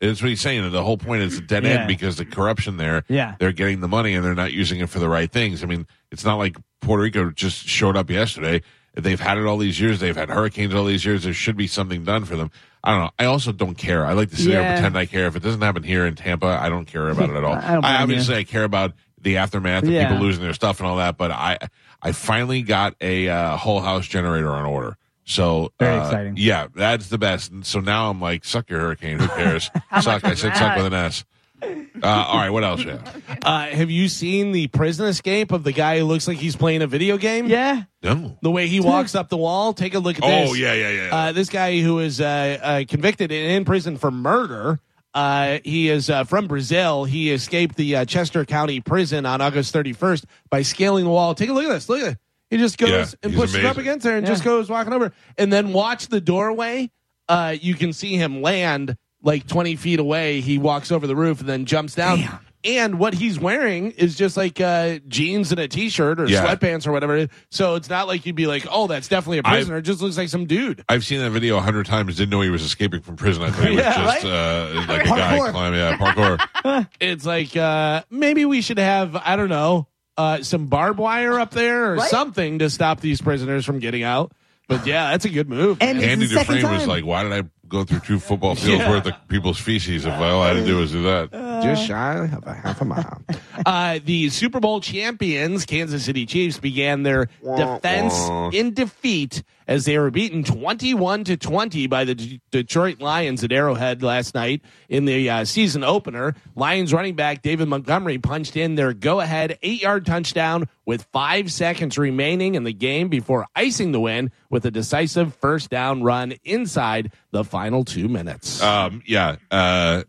Speaker 3: That's what he's saying. The whole point is a dead
Speaker 5: Yeah.
Speaker 3: end because the corruption there.
Speaker 5: Yeah.
Speaker 3: they're getting the money and they're not using it for the right things. I mean, it's not like Puerto Rico just showed up yesterday. They've had it all these years. They've had hurricanes all these years. There should be something done for them. I don't know. I also don't care. I like to sit there
Speaker 5: Yeah.
Speaker 3: and pretend I care. If it doesn't happen here in Tampa, I don't care about it at all.
Speaker 5: I don't blame
Speaker 3: I obviously I care about the aftermath of
Speaker 5: Yeah.
Speaker 3: people losing their stuff and all that, but I I finally got a uh, whole house generator on order. So
Speaker 5: Very
Speaker 3: uh,
Speaker 5: exciting.
Speaker 3: Yeah, that's the best. And so now I'm like, suck your hurricane. Who cares? suck. I
Speaker 7: was
Speaker 3: said
Speaker 7: that?
Speaker 3: suck with an S. Uh, all right, what else? Yeah.
Speaker 4: Uh, have you seen the prison escape of the guy who looks like he's playing a video game?
Speaker 5: yeah.
Speaker 3: No.
Speaker 4: The way he walks up the wall. Take a look at this.
Speaker 3: Oh yeah, yeah, yeah.
Speaker 4: Uh, this guy who is uh, uh, convicted and in prison for murder. Uh, he is uh, from Brazil. He escaped the uh, Chester County prison on August 31st by scaling the wall. Take a look at this. Look at it. He just goes
Speaker 3: Yeah,
Speaker 4: and
Speaker 3: he's
Speaker 4: pushes up
Speaker 3: amazing.
Speaker 4: against her and just
Speaker 5: Yeah.
Speaker 4: goes walking over. And then watch the doorway. Uh, you can see him land like 20 feet away. He walks over the roof and then jumps down. And what he's wearing is just like uh, jeans and a t shirt or
Speaker 3: Yeah.
Speaker 4: sweatpants or whatever. So it's not like you'd be like, oh, that's definitely a
Speaker 3: I-
Speaker 4: prisoner. it just looks like some dude.
Speaker 3: I've seen that video a hundred times. Didn't know he was escaping from prison. I thought he was
Speaker 4: Yeah,
Speaker 3: just
Speaker 4: right?
Speaker 3: uh, like a guy
Speaker 5: Parkour.
Speaker 3: climbing yeah, parkour.
Speaker 4: it's like uh maybe we should have i don't know uh some barbed wire up there or
Speaker 5: Right.
Speaker 4: something to stop these prisoners from getting out but yeah that's a good move
Speaker 5: And
Speaker 4: man.
Speaker 5: It's
Speaker 3: Andy
Speaker 5: the second
Speaker 3: Dufresne was
Speaker 5: time.
Speaker 3: like, "Why did I go through two football fields
Speaker 4: Yeah.
Speaker 3: worth of people's feces if all I had to do was do that?"
Speaker 4: just shy of a half a mile uh the super bowl champions kansas city chiefs began their defense in defeat as they were beaten 21 to 20 by the D- detroit lions at arrowhead last night in the uh, season opener lions running back david montgomery punched in their go-ahead eight-yard touchdown with five seconds remaining in the game before icing the win with a decisive first down run inside the final two minutes
Speaker 3: Um, yeah, uh,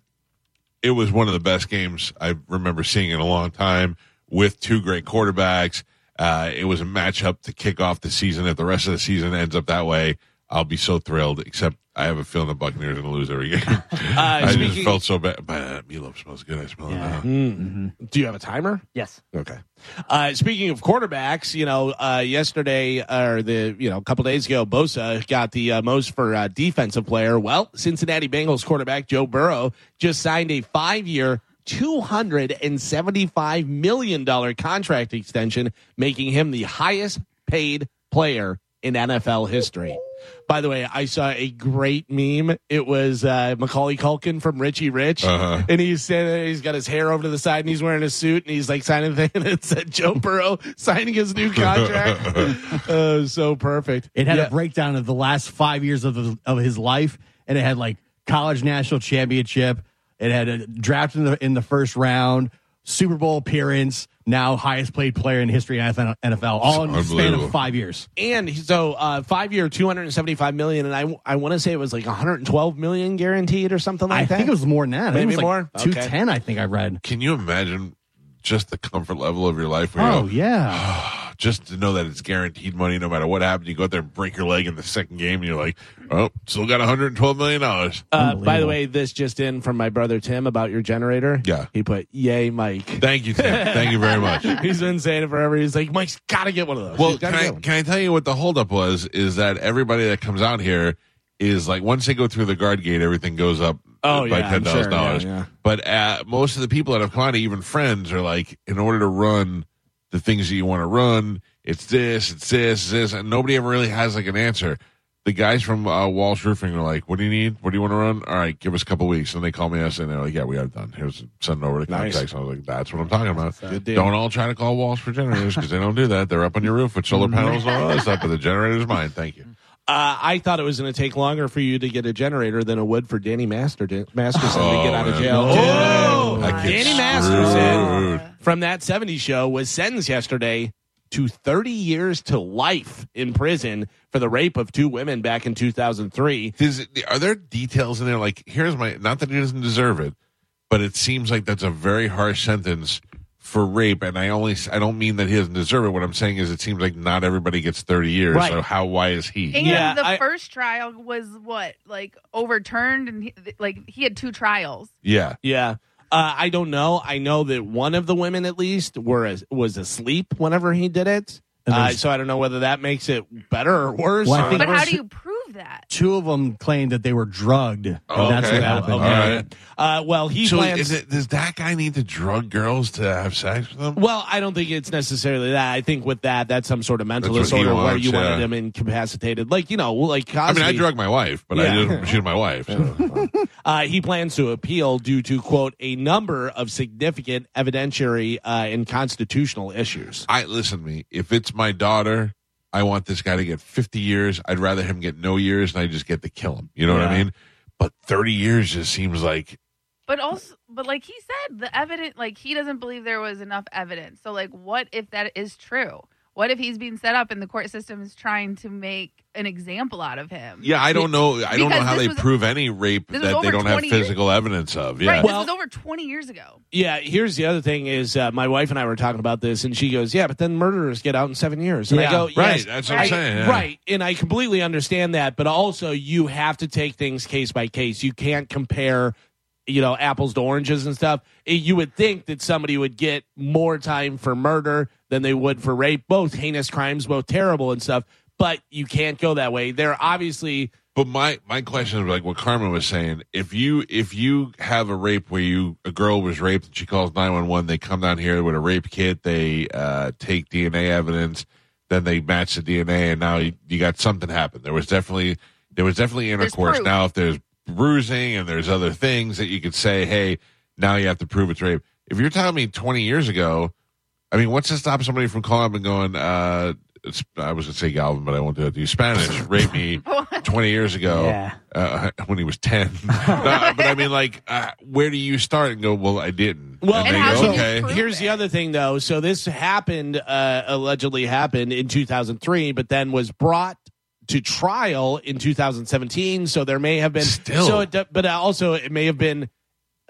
Speaker 3: it was one of the best games I remember seeing in a long time with two great quarterbacks. Uh, it was a matchup to kick off the season. If the rest of the season ends up that way, I'll be so thrilled. Except I have a feeling the Buccaneers are going to lose every game. I just
Speaker 4: speaking-
Speaker 3: felt so bad. But uh, meatloaf smells good. I smell it now.
Speaker 4: Hmm. do you have a timer
Speaker 5: Yes.
Speaker 4: Okay. Uh, speaking of quarterbacks, you know, uh, yesterday or the you know a couple days ago, Bosa got the uh, most for uh, defensive player. Well, Cincinnati Bengals quarterback Joe Burrow just signed a five-year. $275 million contract extension, making him the highest paid player in NFL history. By the way, I saw a great meme. It was uh, Macaulay Culkin from Richie Rich,
Speaker 3: Uh-huh.
Speaker 4: and he's standing there. He's got his hair over to the side, and he's wearing a suit, and he's like signing the thing, and it said Joe Burrow signing his new contract. uh, so perfect.
Speaker 6: It had
Speaker 4: Yeah.
Speaker 6: a breakdown of the last five years of his, of his life, and it had like college national championship. It had a draft in the in the first round, Super Bowl appearance, now highest played player in history in NFL, all in the span
Speaker 3: Unbelievable.
Speaker 6: of five years.
Speaker 4: and he- so uh, five year, two hundred and seventy five million, and I I want to say it was like one hundred and twelve million guaranteed or something like
Speaker 6: I
Speaker 4: that. Uh,
Speaker 6: think it was more than that. I think
Speaker 4: Maybe
Speaker 6: it was
Speaker 4: more? Okay.
Speaker 6: Two ten, I think I read.
Speaker 3: Can you imagine just the comfort level of your life? When
Speaker 6: Oh
Speaker 3: you go,
Speaker 6: yeah,
Speaker 3: "Oh, just to know that it's guaranteed money no matter what happens. You go out there and break your leg in the second game, and you're like, oh, still got 112 million dollars.
Speaker 4: Uh, by the
Speaker 6: Unbelievable.
Speaker 4: way, this just in from my brother Tim about your generator.
Speaker 3: Yeah.
Speaker 4: He put, Yay, Mike.
Speaker 3: Thank you, Tim. Thank you very much.
Speaker 4: He's been saying it forever. He's like, Mike's got to get one of those.
Speaker 3: Well,
Speaker 4: He's
Speaker 3: can
Speaker 4: gotta
Speaker 3: I,
Speaker 4: get one.
Speaker 3: can I tell you what the holdup was? Is that everybody that comes out here is like once they go through the guard gate, everything goes up
Speaker 4: Oh,
Speaker 3: by
Speaker 4: yeah,
Speaker 3: ten
Speaker 4: I'm sure.
Speaker 3: thousand dollars.
Speaker 4: Yeah, yeah.
Speaker 3: But uh, most of the people that have come out, even friends, are like, in order to run the things that you want to run, it's this, it's this, it's this, and nobody ever really has like an answer. The guys from uh, Walsh Roofing are like, "What do you need? What do you want to run? All right, give us a couple weeks." And they call me us, and they're like, "Yeah, we got it done. Here's send it over to
Speaker 4: Nice.
Speaker 3: contacts." I was like, "That's what I'm talking about."
Speaker 4: Good deal.
Speaker 3: Don't all try to call Walsh for generators because they don't do that. They're up on your roof with
Speaker 4: Mm-hmm.
Speaker 3: solar panels and all that stuff, but the generator's mine. Thank you.
Speaker 4: Uh, I thought it was going to take longer for you to get a generator than it would for Danny Master Masterson to get out of
Speaker 3: man.
Speaker 4: jail.
Speaker 3: Oh,
Speaker 4: Dude.
Speaker 3: that kid's
Speaker 4: Danny
Speaker 3: screwed.
Speaker 4: Masterson from that 70s show was sentenced yesterday to 30 years to life in prison for the rape of two women back in 2003.
Speaker 3: Does, are there details in there? Like, here's my not that he doesn't deserve it, but it seems like that's a very harsh sentence for rape. And I only I don't mean that he doesn't deserve it. What I'm saying is, it seems like not everybody gets 30 years.
Speaker 4: Right.
Speaker 3: So how why is he?
Speaker 7: And
Speaker 4: Yeah,
Speaker 7: the
Speaker 4: I-
Speaker 7: first trial was what, like overturned, and he, like he had two trials.
Speaker 3: Yeah,
Speaker 4: Yeah. Uh, I don't know. I know that one of the women, at least, were was asleep whenever he did it.
Speaker 6: And
Speaker 4: Uh,
Speaker 6: there's-
Speaker 4: so I don't know whether that makes it better or worse.
Speaker 6: Well, I
Speaker 4: or-
Speaker 6: think
Speaker 7: But how
Speaker 6: was-
Speaker 7: do you prove that?
Speaker 6: Two of them claimed that they were drugged. and
Speaker 3: Oh,
Speaker 6: that's
Speaker 3: okay.
Speaker 6: what happened.
Speaker 3: All
Speaker 4: Okay.
Speaker 3: right.
Speaker 4: Uh, well, he
Speaker 3: So
Speaker 4: plans.
Speaker 3: is it, does that guy need to drug girls to have sex with them?
Speaker 4: Well, I don't think it's necessarily that. I think with that, that's some sort of mental
Speaker 3: That's what he
Speaker 4: disorder where
Speaker 3: wants,
Speaker 4: you wanted
Speaker 3: yeah.
Speaker 4: him incapacitated, like you know, like Cosby.
Speaker 3: I mean, I drug my wife, but I
Speaker 4: Yeah.
Speaker 3: didn't shoot my wife. So.
Speaker 4: Uh, he plans to appeal due to quote a number of significant evidentiary uh, and constitutional issues.
Speaker 3: I listen to me. If it's my daughter, I want this guy to get 50 years. I'd rather him get no years, and I just get to kill him. You know what I
Speaker 4: Yeah.
Speaker 3: mean? But 30 years just seems like
Speaker 7: But also, but like he said, the evidence, like he doesn't believe there was enough evidence. So, like, what if that is true? What if he's being set up and the court system is trying to make an example out of him?
Speaker 3: yeah. I don't know. I don't know
Speaker 7: Because
Speaker 3: how
Speaker 7: this
Speaker 3: they
Speaker 7: was-
Speaker 3: prove any rape
Speaker 7: this
Speaker 3: that
Speaker 7: was
Speaker 3: they
Speaker 7: over
Speaker 3: don't have
Speaker 7: 20 years.
Speaker 3: physical evidence of. Yeah.
Speaker 7: Right.
Speaker 4: Well-
Speaker 7: this was over 20 years ago.
Speaker 4: Yeah, here's the other thing is uh, my wife and I were talking about this, and she goes, "Yeah, but then murderers get out in seven years." And I
Speaker 6: Yeah.
Speaker 4: go,
Speaker 3: Right,
Speaker 4: yes,
Speaker 3: that's what I'm
Speaker 4: I-
Speaker 3: saying, yeah.
Speaker 4: Right, and I completely understand that, but also you have to take things case by case. You can't compare, you know, apples to oranges and stuff. Eh, you would think that somebody would get more time for murder than they would for rape, both heinous crimes, both terrible and stuff. But you can't go that way. They're obviously
Speaker 3: But my my question is like what Carmen was saying. If you if you have a rape where you a girl was raped and she calls nine one one, they come down here with a rape kit, they uh, take DNA evidence, then they match the DNA, and now you, you got something happen. There was definitely there was definitely intercourse.
Speaker 7: proof.
Speaker 3: Now if there's bruising and there's other things that you could say, hey, now you have to prove it's rape. If you're telling me twenty years ago, I mean, what's to stop somebody from calling up and going? Uh, it's- I was gonna say Galvin, but I won't do it. to You Spanish rape me twenty years ago
Speaker 5: Yeah.
Speaker 3: uh, when he was 10. No, but I mean, like, uh, where do you start and go, well, I didn't?
Speaker 4: Well,
Speaker 3: and
Speaker 4: And
Speaker 3: they
Speaker 4: how
Speaker 3: go,
Speaker 4: can you
Speaker 3: okay.
Speaker 7: prove-
Speaker 4: Here's the other thing, though. So this happened, uh, allegedly happened in 2003, but then was brought to trial in 2017. So there may have been
Speaker 3: Still.
Speaker 4: So, it, de- but also it may have been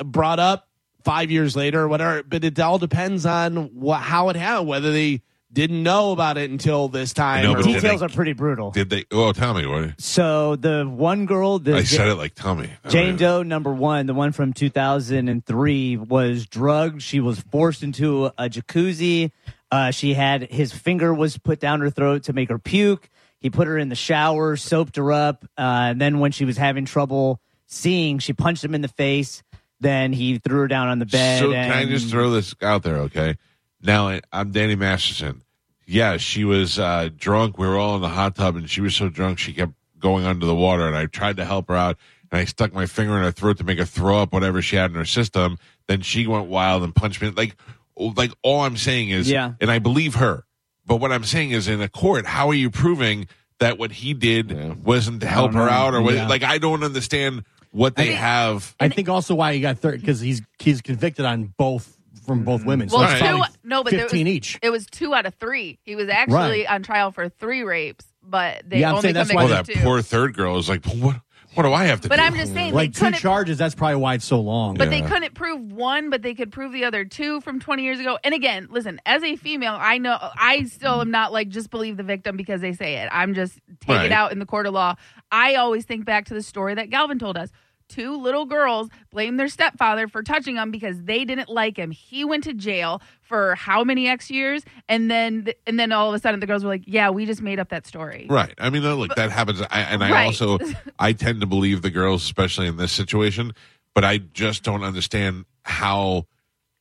Speaker 4: brought up five years later or whatever. But it all depends on what how it happened, whether they didn't know about it until this time.
Speaker 3: No,
Speaker 4: or-
Speaker 3: but did
Speaker 5: Details
Speaker 3: they-
Speaker 5: are pretty brutal.
Speaker 3: Did they? Oh, tell me what.
Speaker 5: So the one girl, the
Speaker 3: I said it like, tell me. I
Speaker 5: Jane
Speaker 3: mean,
Speaker 5: Doe number one, the one from 2003, was drugged. She was forced into a jacuzzi. Uh, she had his finger was put down her throat to make her puke. He put her in the shower, soaped her up, uh, and then when she was having trouble seeing, she punched him in the face. Then he threw her down on the bed.
Speaker 3: So can
Speaker 5: and
Speaker 3: I just throw this out there, okay? Now I- I'm Danny Masterson. Yeah, she was uh, drunk. We were all in the hot tub, and she was so drunk she kept going under the water. And I tried to help her out, and I stuck my finger in her throat to make her throw up whatever she had in her system. Then she went wild and punched me. Like, oh, like all I'm saying is,
Speaker 5: Yeah.
Speaker 3: And I believe her, but what I'm saying is, in a court, how are you proving that what he did wasn't to
Speaker 5: Oh,
Speaker 3: help her out, or was,
Speaker 6: Yeah.
Speaker 3: like I don't understand what they
Speaker 7: think-
Speaker 3: have.
Speaker 6: I think also why he got third because he's he's convicted on both from both women. So
Speaker 7: Well,
Speaker 6: it's
Speaker 3: Right.
Speaker 7: two,
Speaker 6: probably
Speaker 7: no, but there was,
Speaker 6: fifteen each.
Speaker 7: it was two out of three. He was actually on trial for three rapes, but they
Speaker 6: Yeah, I'm
Speaker 7: only
Speaker 6: saying
Speaker 7: come
Speaker 6: that's why
Speaker 3: Well,
Speaker 7: convicted
Speaker 3: that
Speaker 7: of two.
Speaker 3: poor third girl is like, what? What do I have to
Speaker 7: But
Speaker 3: do?
Speaker 7: I'm just saying,
Speaker 6: Like
Speaker 7: they
Speaker 6: two
Speaker 7: couldn't,
Speaker 6: charges, that's probably why it's so long.
Speaker 7: but
Speaker 3: Yeah.
Speaker 7: they couldn't prove one, but they could prove the other two from 20 years ago. And again, listen, as a female, I know I still am not like just believe the victim because they say it. I'm just take
Speaker 3: Right.
Speaker 7: it out in the court of law. I always think back to the story that Galvin told us. Two little girls blamed their stepfather for touching them because they didn't like him. He went to jail for how many X years, and then and then all of a sudden the girls were like, "Yeah, we just made up that story."
Speaker 3: Right. I mean, look, that happens. I, and I
Speaker 7: Right.
Speaker 3: also, I tend to believe the girls, especially in this situation, but I just don't understand how,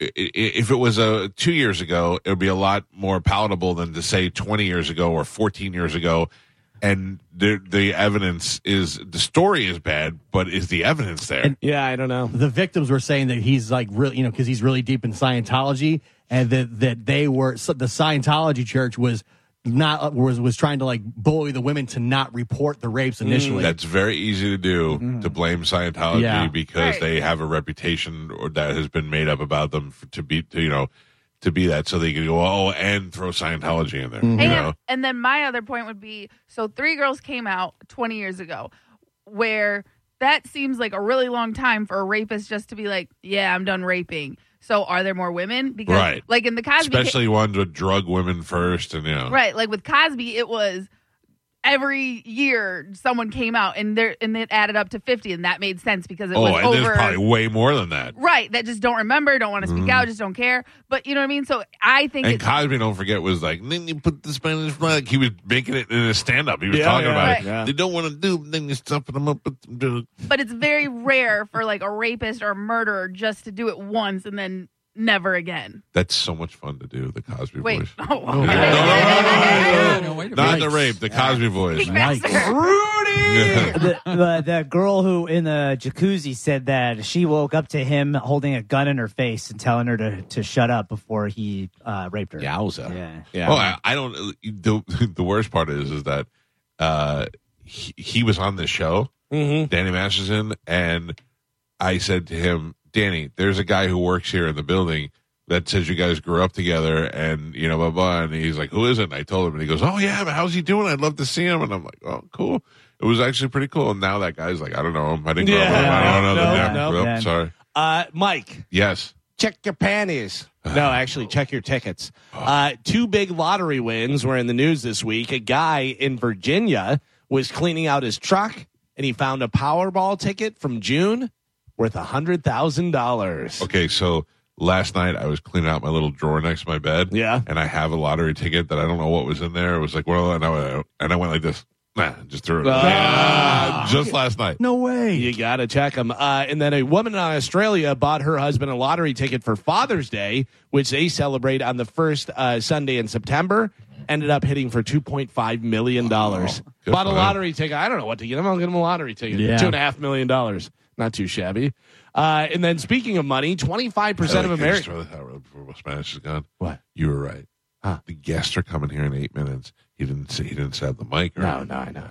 Speaker 3: i- i- if it was uh, two years ago, it would be a lot more palatable than to say 20 years ago or 14 years ago. And the, the evidence is, the story is bad, but is the evidence there?
Speaker 4: Yeah, I don't know.
Speaker 6: the victims were saying that he's like really, you know, because he's really deep in Scientology, and that that they were so the Scientology church was not uh, was was trying to like bully the women to not report the rapes initially.
Speaker 3: That's very easy to do to blame Scientology
Speaker 6: Yeah.
Speaker 3: because
Speaker 7: Right.
Speaker 3: they have a reputation or that has been made up about them f to be to, you know to be that so they can go oh and throw Scientology in there you
Speaker 7: And,
Speaker 3: know
Speaker 7: and then my other point would be so three girls came out 20 years ago where that seems like a really long time for a rapist just to be like, yeah, I'm done raping. So are there more women? Because
Speaker 3: Right.
Speaker 7: like in the Cosby ca-
Speaker 3: especially ones with drug women first and you know
Speaker 7: right, like with Cosby it was every year someone came out and there and it added up to 50 and that made sense because it
Speaker 3: oh
Speaker 7: was
Speaker 3: and
Speaker 7: over
Speaker 3: there's probably way more than that
Speaker 7: Right, that just don't remember, don't want to speak out, just don't care. But you know what I mean? So I think
Speaker 3: and
Speaker 7: it's
Speaker 3: Cosby don't forget was like then you put the Spanish flag he was making it in a stand up he was
Speaker 4: Yeah,
Speaker 3: talking
Speaker 4: yeah,
Speaker 3: about it
Speaker 7: Right.
Speaker 4: yeah.
Speaker 3: they don't want to do then you stuffing them up with some drugs.
Speaker 7: but it's very rare for like a rapist or a murderer just to do it once and then never again.
Speaker 3: that's so much fun to do the Cosby
Speaker 7: Wait.
Speaker 3: voice
Speaker 7: Oh,
Speaker 6: no, no,
Speaker 3: no,
Speaker 8: no, wait a
Speaker 3: not
Speaker 8: minute.
Speaker 3: the rape the Cosby voice
Speaker 6: Yikes.
Speaker 5: the, the, the girl who in the jacuzzi said that she woke up to him holding a gun in her face and telling her to, to shut up before he uh, raped her.
Speaker 8: Yowza.
Speaker 5: Yeah.
Speaker 8: Yeah.
Speaker 3: Oh, I, I don't. The, the worst part is, is that uh, he, he was on this show,
Speaker 4: Mm-hmm.
Speaker 3: Danny Masterson, and I said to him, Danny, there's a guy who works here in the building that says you guys grew up together, and you know, blah blah. And he's like, who is it? And I told him, and he goes, oh yeah, but how's he doing? I'd love to see him. And I'm like, oh, cool. It was actually pretty cool. And now that guy's like, I don't know him. I didn't grow up with him. I don't know
Speaker 4: Yeah.
Speaker 3: them. Yeah,
Speaker 4: No,
Speaker 3: grew up.
Speaker 5: no.
Speaker 3: Sorry.
Speaker 4: Uh, Mike,
Speaker 3: Yes.
Speaker 4: check your panties. No, actually, check your tickets. Uh, two big lottery wins were in the news this week. A guy in Virginia was cleaning out his truck and he found a Powerball ticket from June worth a hundred thousand dollars.
Speaker 3: Okay, so last night I was cleaning out my little drawer next to my bed.
Speaker 4: Yeah.
Speaker 3: And I have a lottery ticket that I don't know what was in there. It was like, well, and I went, and I went like this. Nah, just threw it. away.
Speaker 4: Ah.
Speaker 3: just last night.
Speaker 6: No way.
Speaker 4: You gotta check them. Uh, and then a woman in Australia bought her husband a lottery ticket for Father's Day, which they celebrate on the first uh, Sunday in September. Ended up hitting for two point five million dollars.
Speaker 3: Oh, Good
Speaker 4: bought a
Speaker 3: for them.
Speaker 4: lottery ticket. I don't know what to get him. I'll get him a lottery ticket.
Speaker 6: Yeah.
Speaker 4: Two and a half million dollars. Not too shabby. Uh, and then speaking of money, twenty five
Speaker 3: I
Speaker 4: percent of
Speaker 3: like, I just
Speaker 4: America.
Speaker 3: throw this out real- before Spanish is gone.
Speaker 4: What?
Speaker 3: You were right.
Speaker 4: Huh.
Speaker 3: The guests are coming here in eight minutes. He didn't. Say, he didn't set up the mic. Or Mm.
Speaker 4: No, no, I know.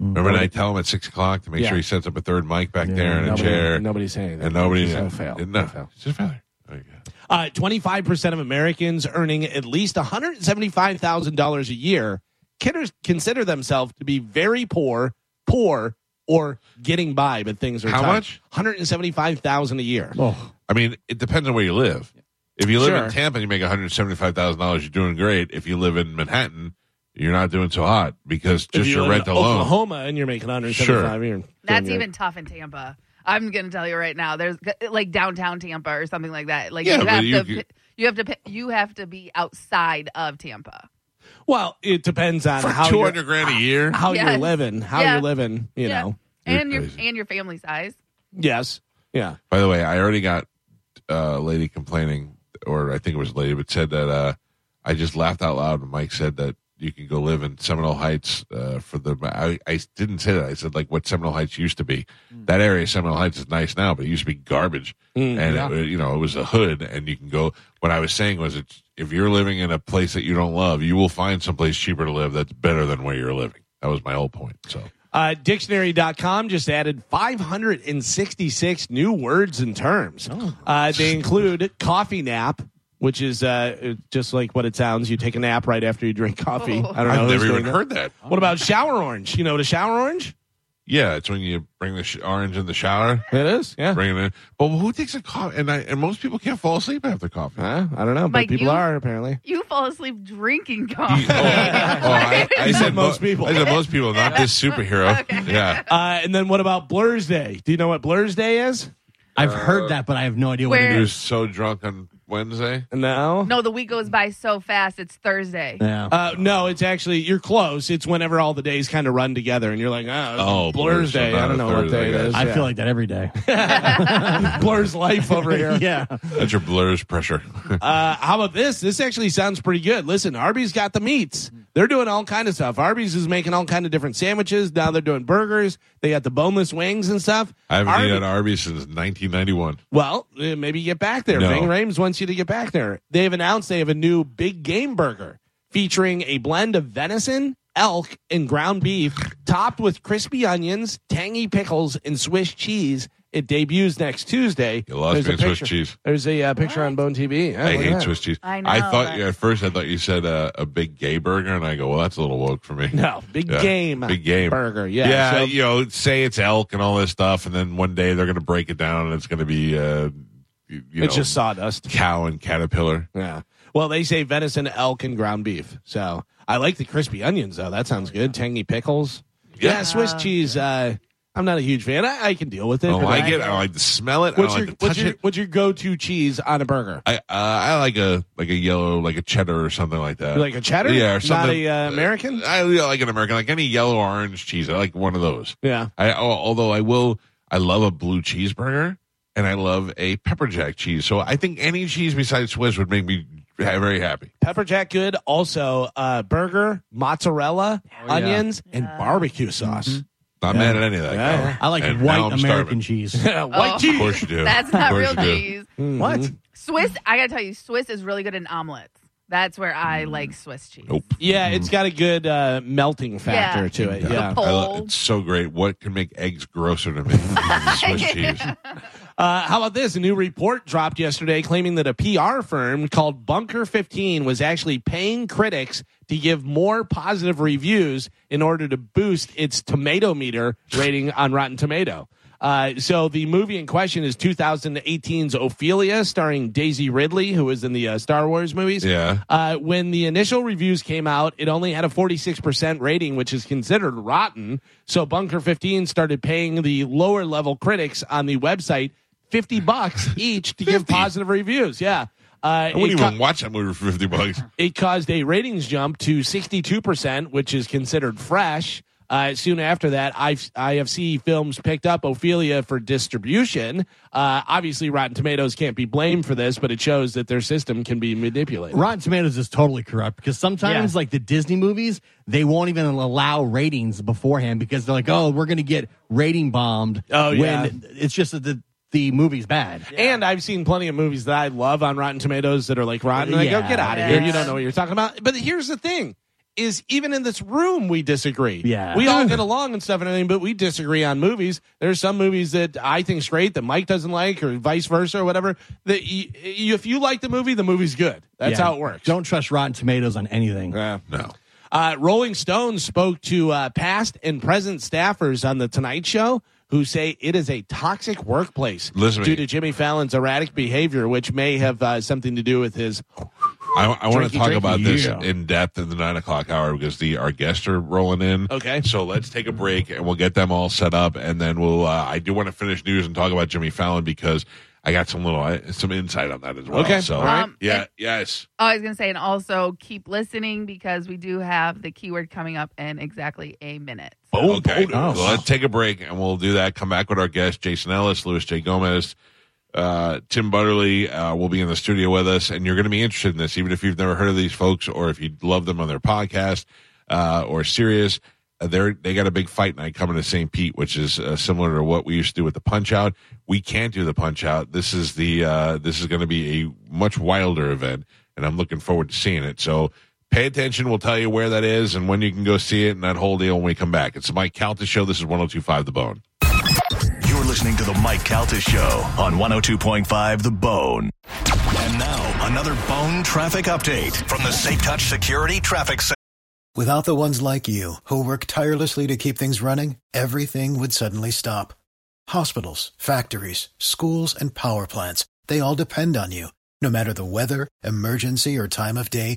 Speaker 3: Remember, and I tell him at six o'clock to make
Speaker 4: Yeah.
Speaker 3: sure he sets up a third mic back there and a
Speaker 4: Nobody-
Speaker 3: chair,
Speaker 4: Nobody's saying anything.
Speaker 3: and nobody.
Speaker 4: So fail.
Speaker 3: No,
Speaker 4: So fail.
Speaker 3: it's just a failure. There you go.
Speaker 4: Uh, 25% of Americans earning at least $175,000 a year kidder- consider themselves to be very poor, poor, or getting by, but things are
Speaker 3: How
Speaker 4: tight.
Speaker 3: much?
Speaker 4: 175000 a year.
Speaker 6: Oh,
Speaker 3: I mean, it depends on where you live. If you live
Speaker 4: Sure.
Speaker 3: in Tampa and you make one hundred seventy-five thousand dollars, you're doing great. If you live in Manhattan, you're not doing so hot because
Speaker 4: If
Speaker 3: just
Speaker 4: you
Speaker 3: your
Speaker 4: live
Speaker 3: rent
Speaker 4: in
Speaker 3: alone.
Speaker 4: Oklahoma and you're making 175 a year.
Speaker 7: That's even tough in Tampa. I'm gonna tell you right now. There's like downtown Tampa or something like that. Like
Speaker 3: Yeah,
Speaker 7: you
Speaker 3: but
Speaker 7: have
Speaker 3: you
Speaker 7: to,
Speaker 3: could-
Speaker 7: you have to, pi- you have to be outside of Tampa.
Speaker 4: Well, it depends on
Speaker 3: for
Speaker 4: how
Speaker 3: two
Speaker 4: you're,
Speaker 3: hundred grand a year.
Speaker 4: how you're
Speaker 7: Yes.
Speaker 4: living, how
Speaker 7: Yeah.
Speaker 4: you're living, you
Speaker 7: Yeah.
Speaker 4: know.
Speaker 3: You're
Speaker 7: and your
Speaker 3: crazy.
Speaker 7: and your family size.
Speaker 4: Yes. Yeah.
Speaker 3: By the way, I already got uh, a lady complaining, or I think it was a lady, but said that uh, I just laughed out loud when Mike said that you can go live in Seminole Heights uh, for the. I, I didn't say that. I said like what Seminole Heights used to be.
Speaker 4: Mm.
Speaker 3: That area of Seminole Heights is nice now, but it used to be garbage, and it, wa- you know it was a hood, and you can go. What I was saying was, it's, if you're living in a place that you don't love, you will find someplace cheaper to live that's better than where you're living. That was my whole point. So.
Speaker 4: Uh, dictionary.com just added 566 new words and terms. Uh, they include coffee nap, which is uh, just like what it sounds. You take a nap right after you drink coffee. I don't know.
Speaker 3: I've
Speaker 4: who's
Speaker 3: never
Speaker 4: doing
Speaker 3: even heard that.
Speaker 4: What about shower orange? You know what a shower orange?
Speaker 3: Yeah, it's when you bring the sh- orange in the shower,
Speaker 4: It is, yeah.
Speaker 3: bring it in. But who takes a coffee? And I, and most people can't fall asleep after coffee.
Speaker 4: Huh? I don't know, but
Speaker 7: Like
Speaker 4: people
Speaker 7: you-
Speaker 4: are apparently.
Speaker 7: You fall asleep drinking
Speaker 3: You-
Speaker 7: coffee.
Speaker 3: oh, oh, I, I said
Speaker 4: Most
Speaker 3: mo-
Speaker 4: people.
Speaker 3: I said most people, not this superhero.
Speaker 7: Okay.
Speaker 3: Yeah,
Speaker 4: Uh, and then what about Blur's Day? Do you know what Blur's Day is?
Speaker 6: I've heard that, but I have no idea what
Speaker 7: Where-
Speaker 3: he
Speaker 6: it is.
Speaker 3: was so drunk on Wednesday.
Speaker 4: No.
Speaker 7: No, the week goes by so fast. It's Thursday.
Speaker 6: Yeah.
Speaker 4: Uh, no, it's actually you're close. It's whenever all the days kind of run together, and you're like, oh,
Speaker 3: Oh,
Speaker 4: oh
Speaker 3: Blur's,
Speaker 4: Blur's
Speaker 3: so
Speaker 4: Day.
Speaker 3: not
Speaker 4: I
Speaker 3: a
Speaker 4: don't know what
Speaker 3: Thursday,
Speaker 4: day it
Speaker 3: I
Speaker 4: is.
Speaker 6: I
Speaker 4: Yeah.
Speaker 6: feel like that every day.
Speaker 4: Blur's life over here.
Speaker 6: yeah.
Speaker 3: That's your blurs pressure.
Speaker 4: Uh, how about this? This actually sounds pretty good. Listen, Arby's got the meats. They're doing all kind of stuff. Arby's is making all kind of different sandwiches. Now they're doing burgers. They got the boneless wings and stuff.
Speaker 3: I haven't
Speaker 4: Arby-
Speaker 3: eaten at Arby's since 1991.
Speaker 4: Well, eh, maybe you get back there.
Speaker 3: No.
Speaker 4: Ving Rames wants you to get back there. They've announced they have a new big game burger featuring a blend of venison, elk, and ground beef, topped with crispy onions, tangy pickles, and Swiss cheese. It debuts next Tuesday.
Speaker 3: You lost me
Speaker 4: a
Speaker 3: in Swiss
Speaker 4: picture-
Speaker 3: cheese.
Speaker 4: There's a uh, picture on Bone TV. Yeah,
Speaker 3: I
Speaker 4: look at
Speaker 3: hate
Speaker 4: that.
Speaker 3: Swiss cheese.
Speaker 7: I know,
Speaker 3: thought
Speaker 7: but-
Speaker 3: you at first. I thought you said uh, a big gay burger, and I go, well, that's a little woke for me.
Speaker 4: No, big
Speaker 3: Yeah.
Speaker 4: game.
Speaker 3: Big game.
Speaker 4: burger. Yeah.
Speaker 3: Yeah,
Speaker 4: so-
Speaker 3: you know, say it's elk and all this stuff, and then one day they're going to break it down, and it's going to be, uh, you, you know,
Speaker 4: it's just sawdust.
Speaker 3: cow and caterpillar.
Speaker 4: Yeah. Well, they say venison, elk, and ground beef. So I like the crispy onions though. That sounds good. Tangy pickles. Yeah, Swiss cheese. Uh, I'm not a huge fan. I, I can deal with it.
Speaker 3: Oh, I don't
Speaker 4: but
Speaker 3: like it. I don't like to smell it.
Speaker 4: What's
Speaker 3: I
Speaker 4: your
Speaker 3: don't like to touch
Speaker 4: what's your
Speaker 3: it.
Speaker 4: what's your go to cheese on a burger?
Speaker 3: I uh, I like a like a yellow, like a cheddar or something like that.
Speaker 4: You like a cheddar?
Speaker 3: Uh, yeah, or
Speaker 4: Not
Speaker 3: something.
Speaker 4: a uh, American.
Speaker 3: I yeah, like an American, like any yellow orange cheese. I like one of those.
Speaker 4: Yeah.
Speaker 3: I al- although I will, I love a blue cheeseburger and I love a pepper jack cheese. So I think any cheese besides Swiss would make me ha- very happy.
Speaker 4: Pepper jack good. Also, uh, burger, mozzarella,
Speaker 6: Oh, yeah.
Speaker 4: onions, and barbecue sauce.
Speaker 3: Not mad at any of that.
Speaker 4: Yeah.
Speaker 3: Colin.
Speaker 6: I like
Speaker 3: And
Speaker 6: white
Speaker 3: now I'm
Speaker 6: American
Speaker 3: starving.
Speaker 6: cheese.
Speaker 4: White
Speaker 7: Oh.
Speaker 3: Of
Speaker 4: cheese.
Speaker 3: course you do.
Speaker 7: That's
Speaker 3: Of
Speaker 7: not
Speaker 3: course
Speaker 7: real
Speaker 3: you do.
Speaker 7: cheese.
Speaker 4: Mm-hmm.
Speaker 6: what?
Speaker 7: Swiss, I gotta tell you, Swiss is really good in omelets. That's where I like Swiss cheese.
Speaker 3: Nope.
Speaker 4: Yeah, it's got a good uh, melting factor to it.
Speaker 7: The
Speaker 4: Yeah.
Speaker 3: I lo-
Speaker 7: pole.
Speaker 3: it's so great. What can make eggs grosser to me? than Swiss cheese.
Speaker 4: Uh, how about this? A new report dropped yesterday claiming that a PR firm called Bunker 15 was actually paying critics to give more positive reviews in order to boost its tomato meter rating on Rotten Tomato. Uh, so the movie in question is 2018's Ophelia, starring Daisy Ridley, who was in the uh, Star Wars movies.
Speaker 3: Yeah.
Speaker 4: Uh, when the initial reviews came out, it only had a 46% rating, which is considered rotten. So Bunker 15 started paying the lower level critics on the website 50 bucks each to give
Speaker 3: 50?
Speaker 4: positive reviews. Yeah.
Speaker 3: I
Speaker 4: Uh,
Speaker 3: wouldn't
Speaker 4: it, ca-
Speaker 3: even watch that movie for 50 bucks.
Speaker 4: it caused a ratings jump to 62%, which is considered fresh. Uh, soon after that, I've, IFC Films picked up Ophelia for distribution. Uh, obviously, Rotten Tomatoes can't be blamed for this, but it shows that their system can be manipulated.
Speaker 6: Rotten Tomatoes is totally corrupt because sometimes,
Speaker 5: Yeah.
Speaker 6: like the Disney movies, they won't even allow ratings beforehand because they're like, "Oh, we're going to get rating bombed."
Speaker 4: Oh, yeah.
Speaker 6: when it's just that the the movie's bad.
Speaker 4: And I've seen plenty of movies that I love on Rotten Tomatoes that are like rotten. and I go,
Speaker 6: Yeah.
Speaker 4: get out of here. You
Speaker 7: Yeah.
Speaker 4: don't know what you're talking about. But here's the thing is even in this room we disagree.
Speaker 6: Yeah.
Speaker 4: We all get along and stuff and everything, but we disagree on movies. There's some movies that I think's great that Mike doesn't like or vice versa or whatever. That y- y- if you like the movie, the movie's good. That's
Speaker 6: Yeah.
Speaker 4: how it works.
Speaker 6: Don't trust Rotten Tomatoes on anything.
Speaker 4: Yeah.
Speaker 3: No.
Speaker 4: Uh, Rolling Stone spoke to uh, past and present staffers on The Tonight Show who say it is a toxic workplace
Speaker 3: Listen to
Speaker 4: due
Speaker 3: me.
Speaker 4: to Jimmy Fallon's erratic behavior, which may have uh, something to do with his.
Speaker 3: I, I want
Speaker 4: Drinky,
Speaker 3: to talk
Speaker 4: drinky,
Speaker 3: about this
Speaker 6: yeah.
Speaker 3: in depth in the nine o'clock hour because the our guests are rolling in.
Speaker 4: Okay.
Speaker 3: so let's take a break and we'll get them all set up, and then we'll. Uh, I do want to finish news and talk about Jimmy Fallon because I got some little uh, some insight on that as well.
Speaker 4: Okay.
Speaker 3: so
Speaker 4: All right.
Speaker 7: Um,
Speaker 3: yeah,
Speaker 7: it-
Speaker 3: yes,
Speaker 7: Oh, I was gonna say, and also keep listening because we do have the keyword coming up in exactly a minute.
Speaker 4: Oh,
Speaker 3: okay.
Speaker 4: bonus.
Speaker 3: So let's take a break and we'll do that. Come back with our guests, Jason Ellis, Louis J. Gomez. Uh, Tim Butterly uh, will be in the studio with us, and you're going to be interested in this, even if you've never heard of these folks or if you love them on their podcast uh, or Sirius. Uh, they're, they got a big fight night coming to St. Pete, which is uh, similar to what we used to do with the Punch Out. We can't do the Punch Out. This is the uh, this is going to be a much wilder event, and I'm looking forward to seeing it. So pay attention. We'll tell you where that is and when you can go see it and that whole deal when we come back. It's the Mike Calta Show. This is 1025 The Bone.
Speaker 1: You're listening to the Mike Calta Show on 102.5 The Bone. And now, another bone traffic update from the Safe Touch Security Traffic Center.
Speaker 6: Without the ones like you, who work tirelessly to keep things running, everything would suddenly stop. Hospitals, factories, schools, and power plants, they all depend on you. No matter the weather, emergency, or time of day,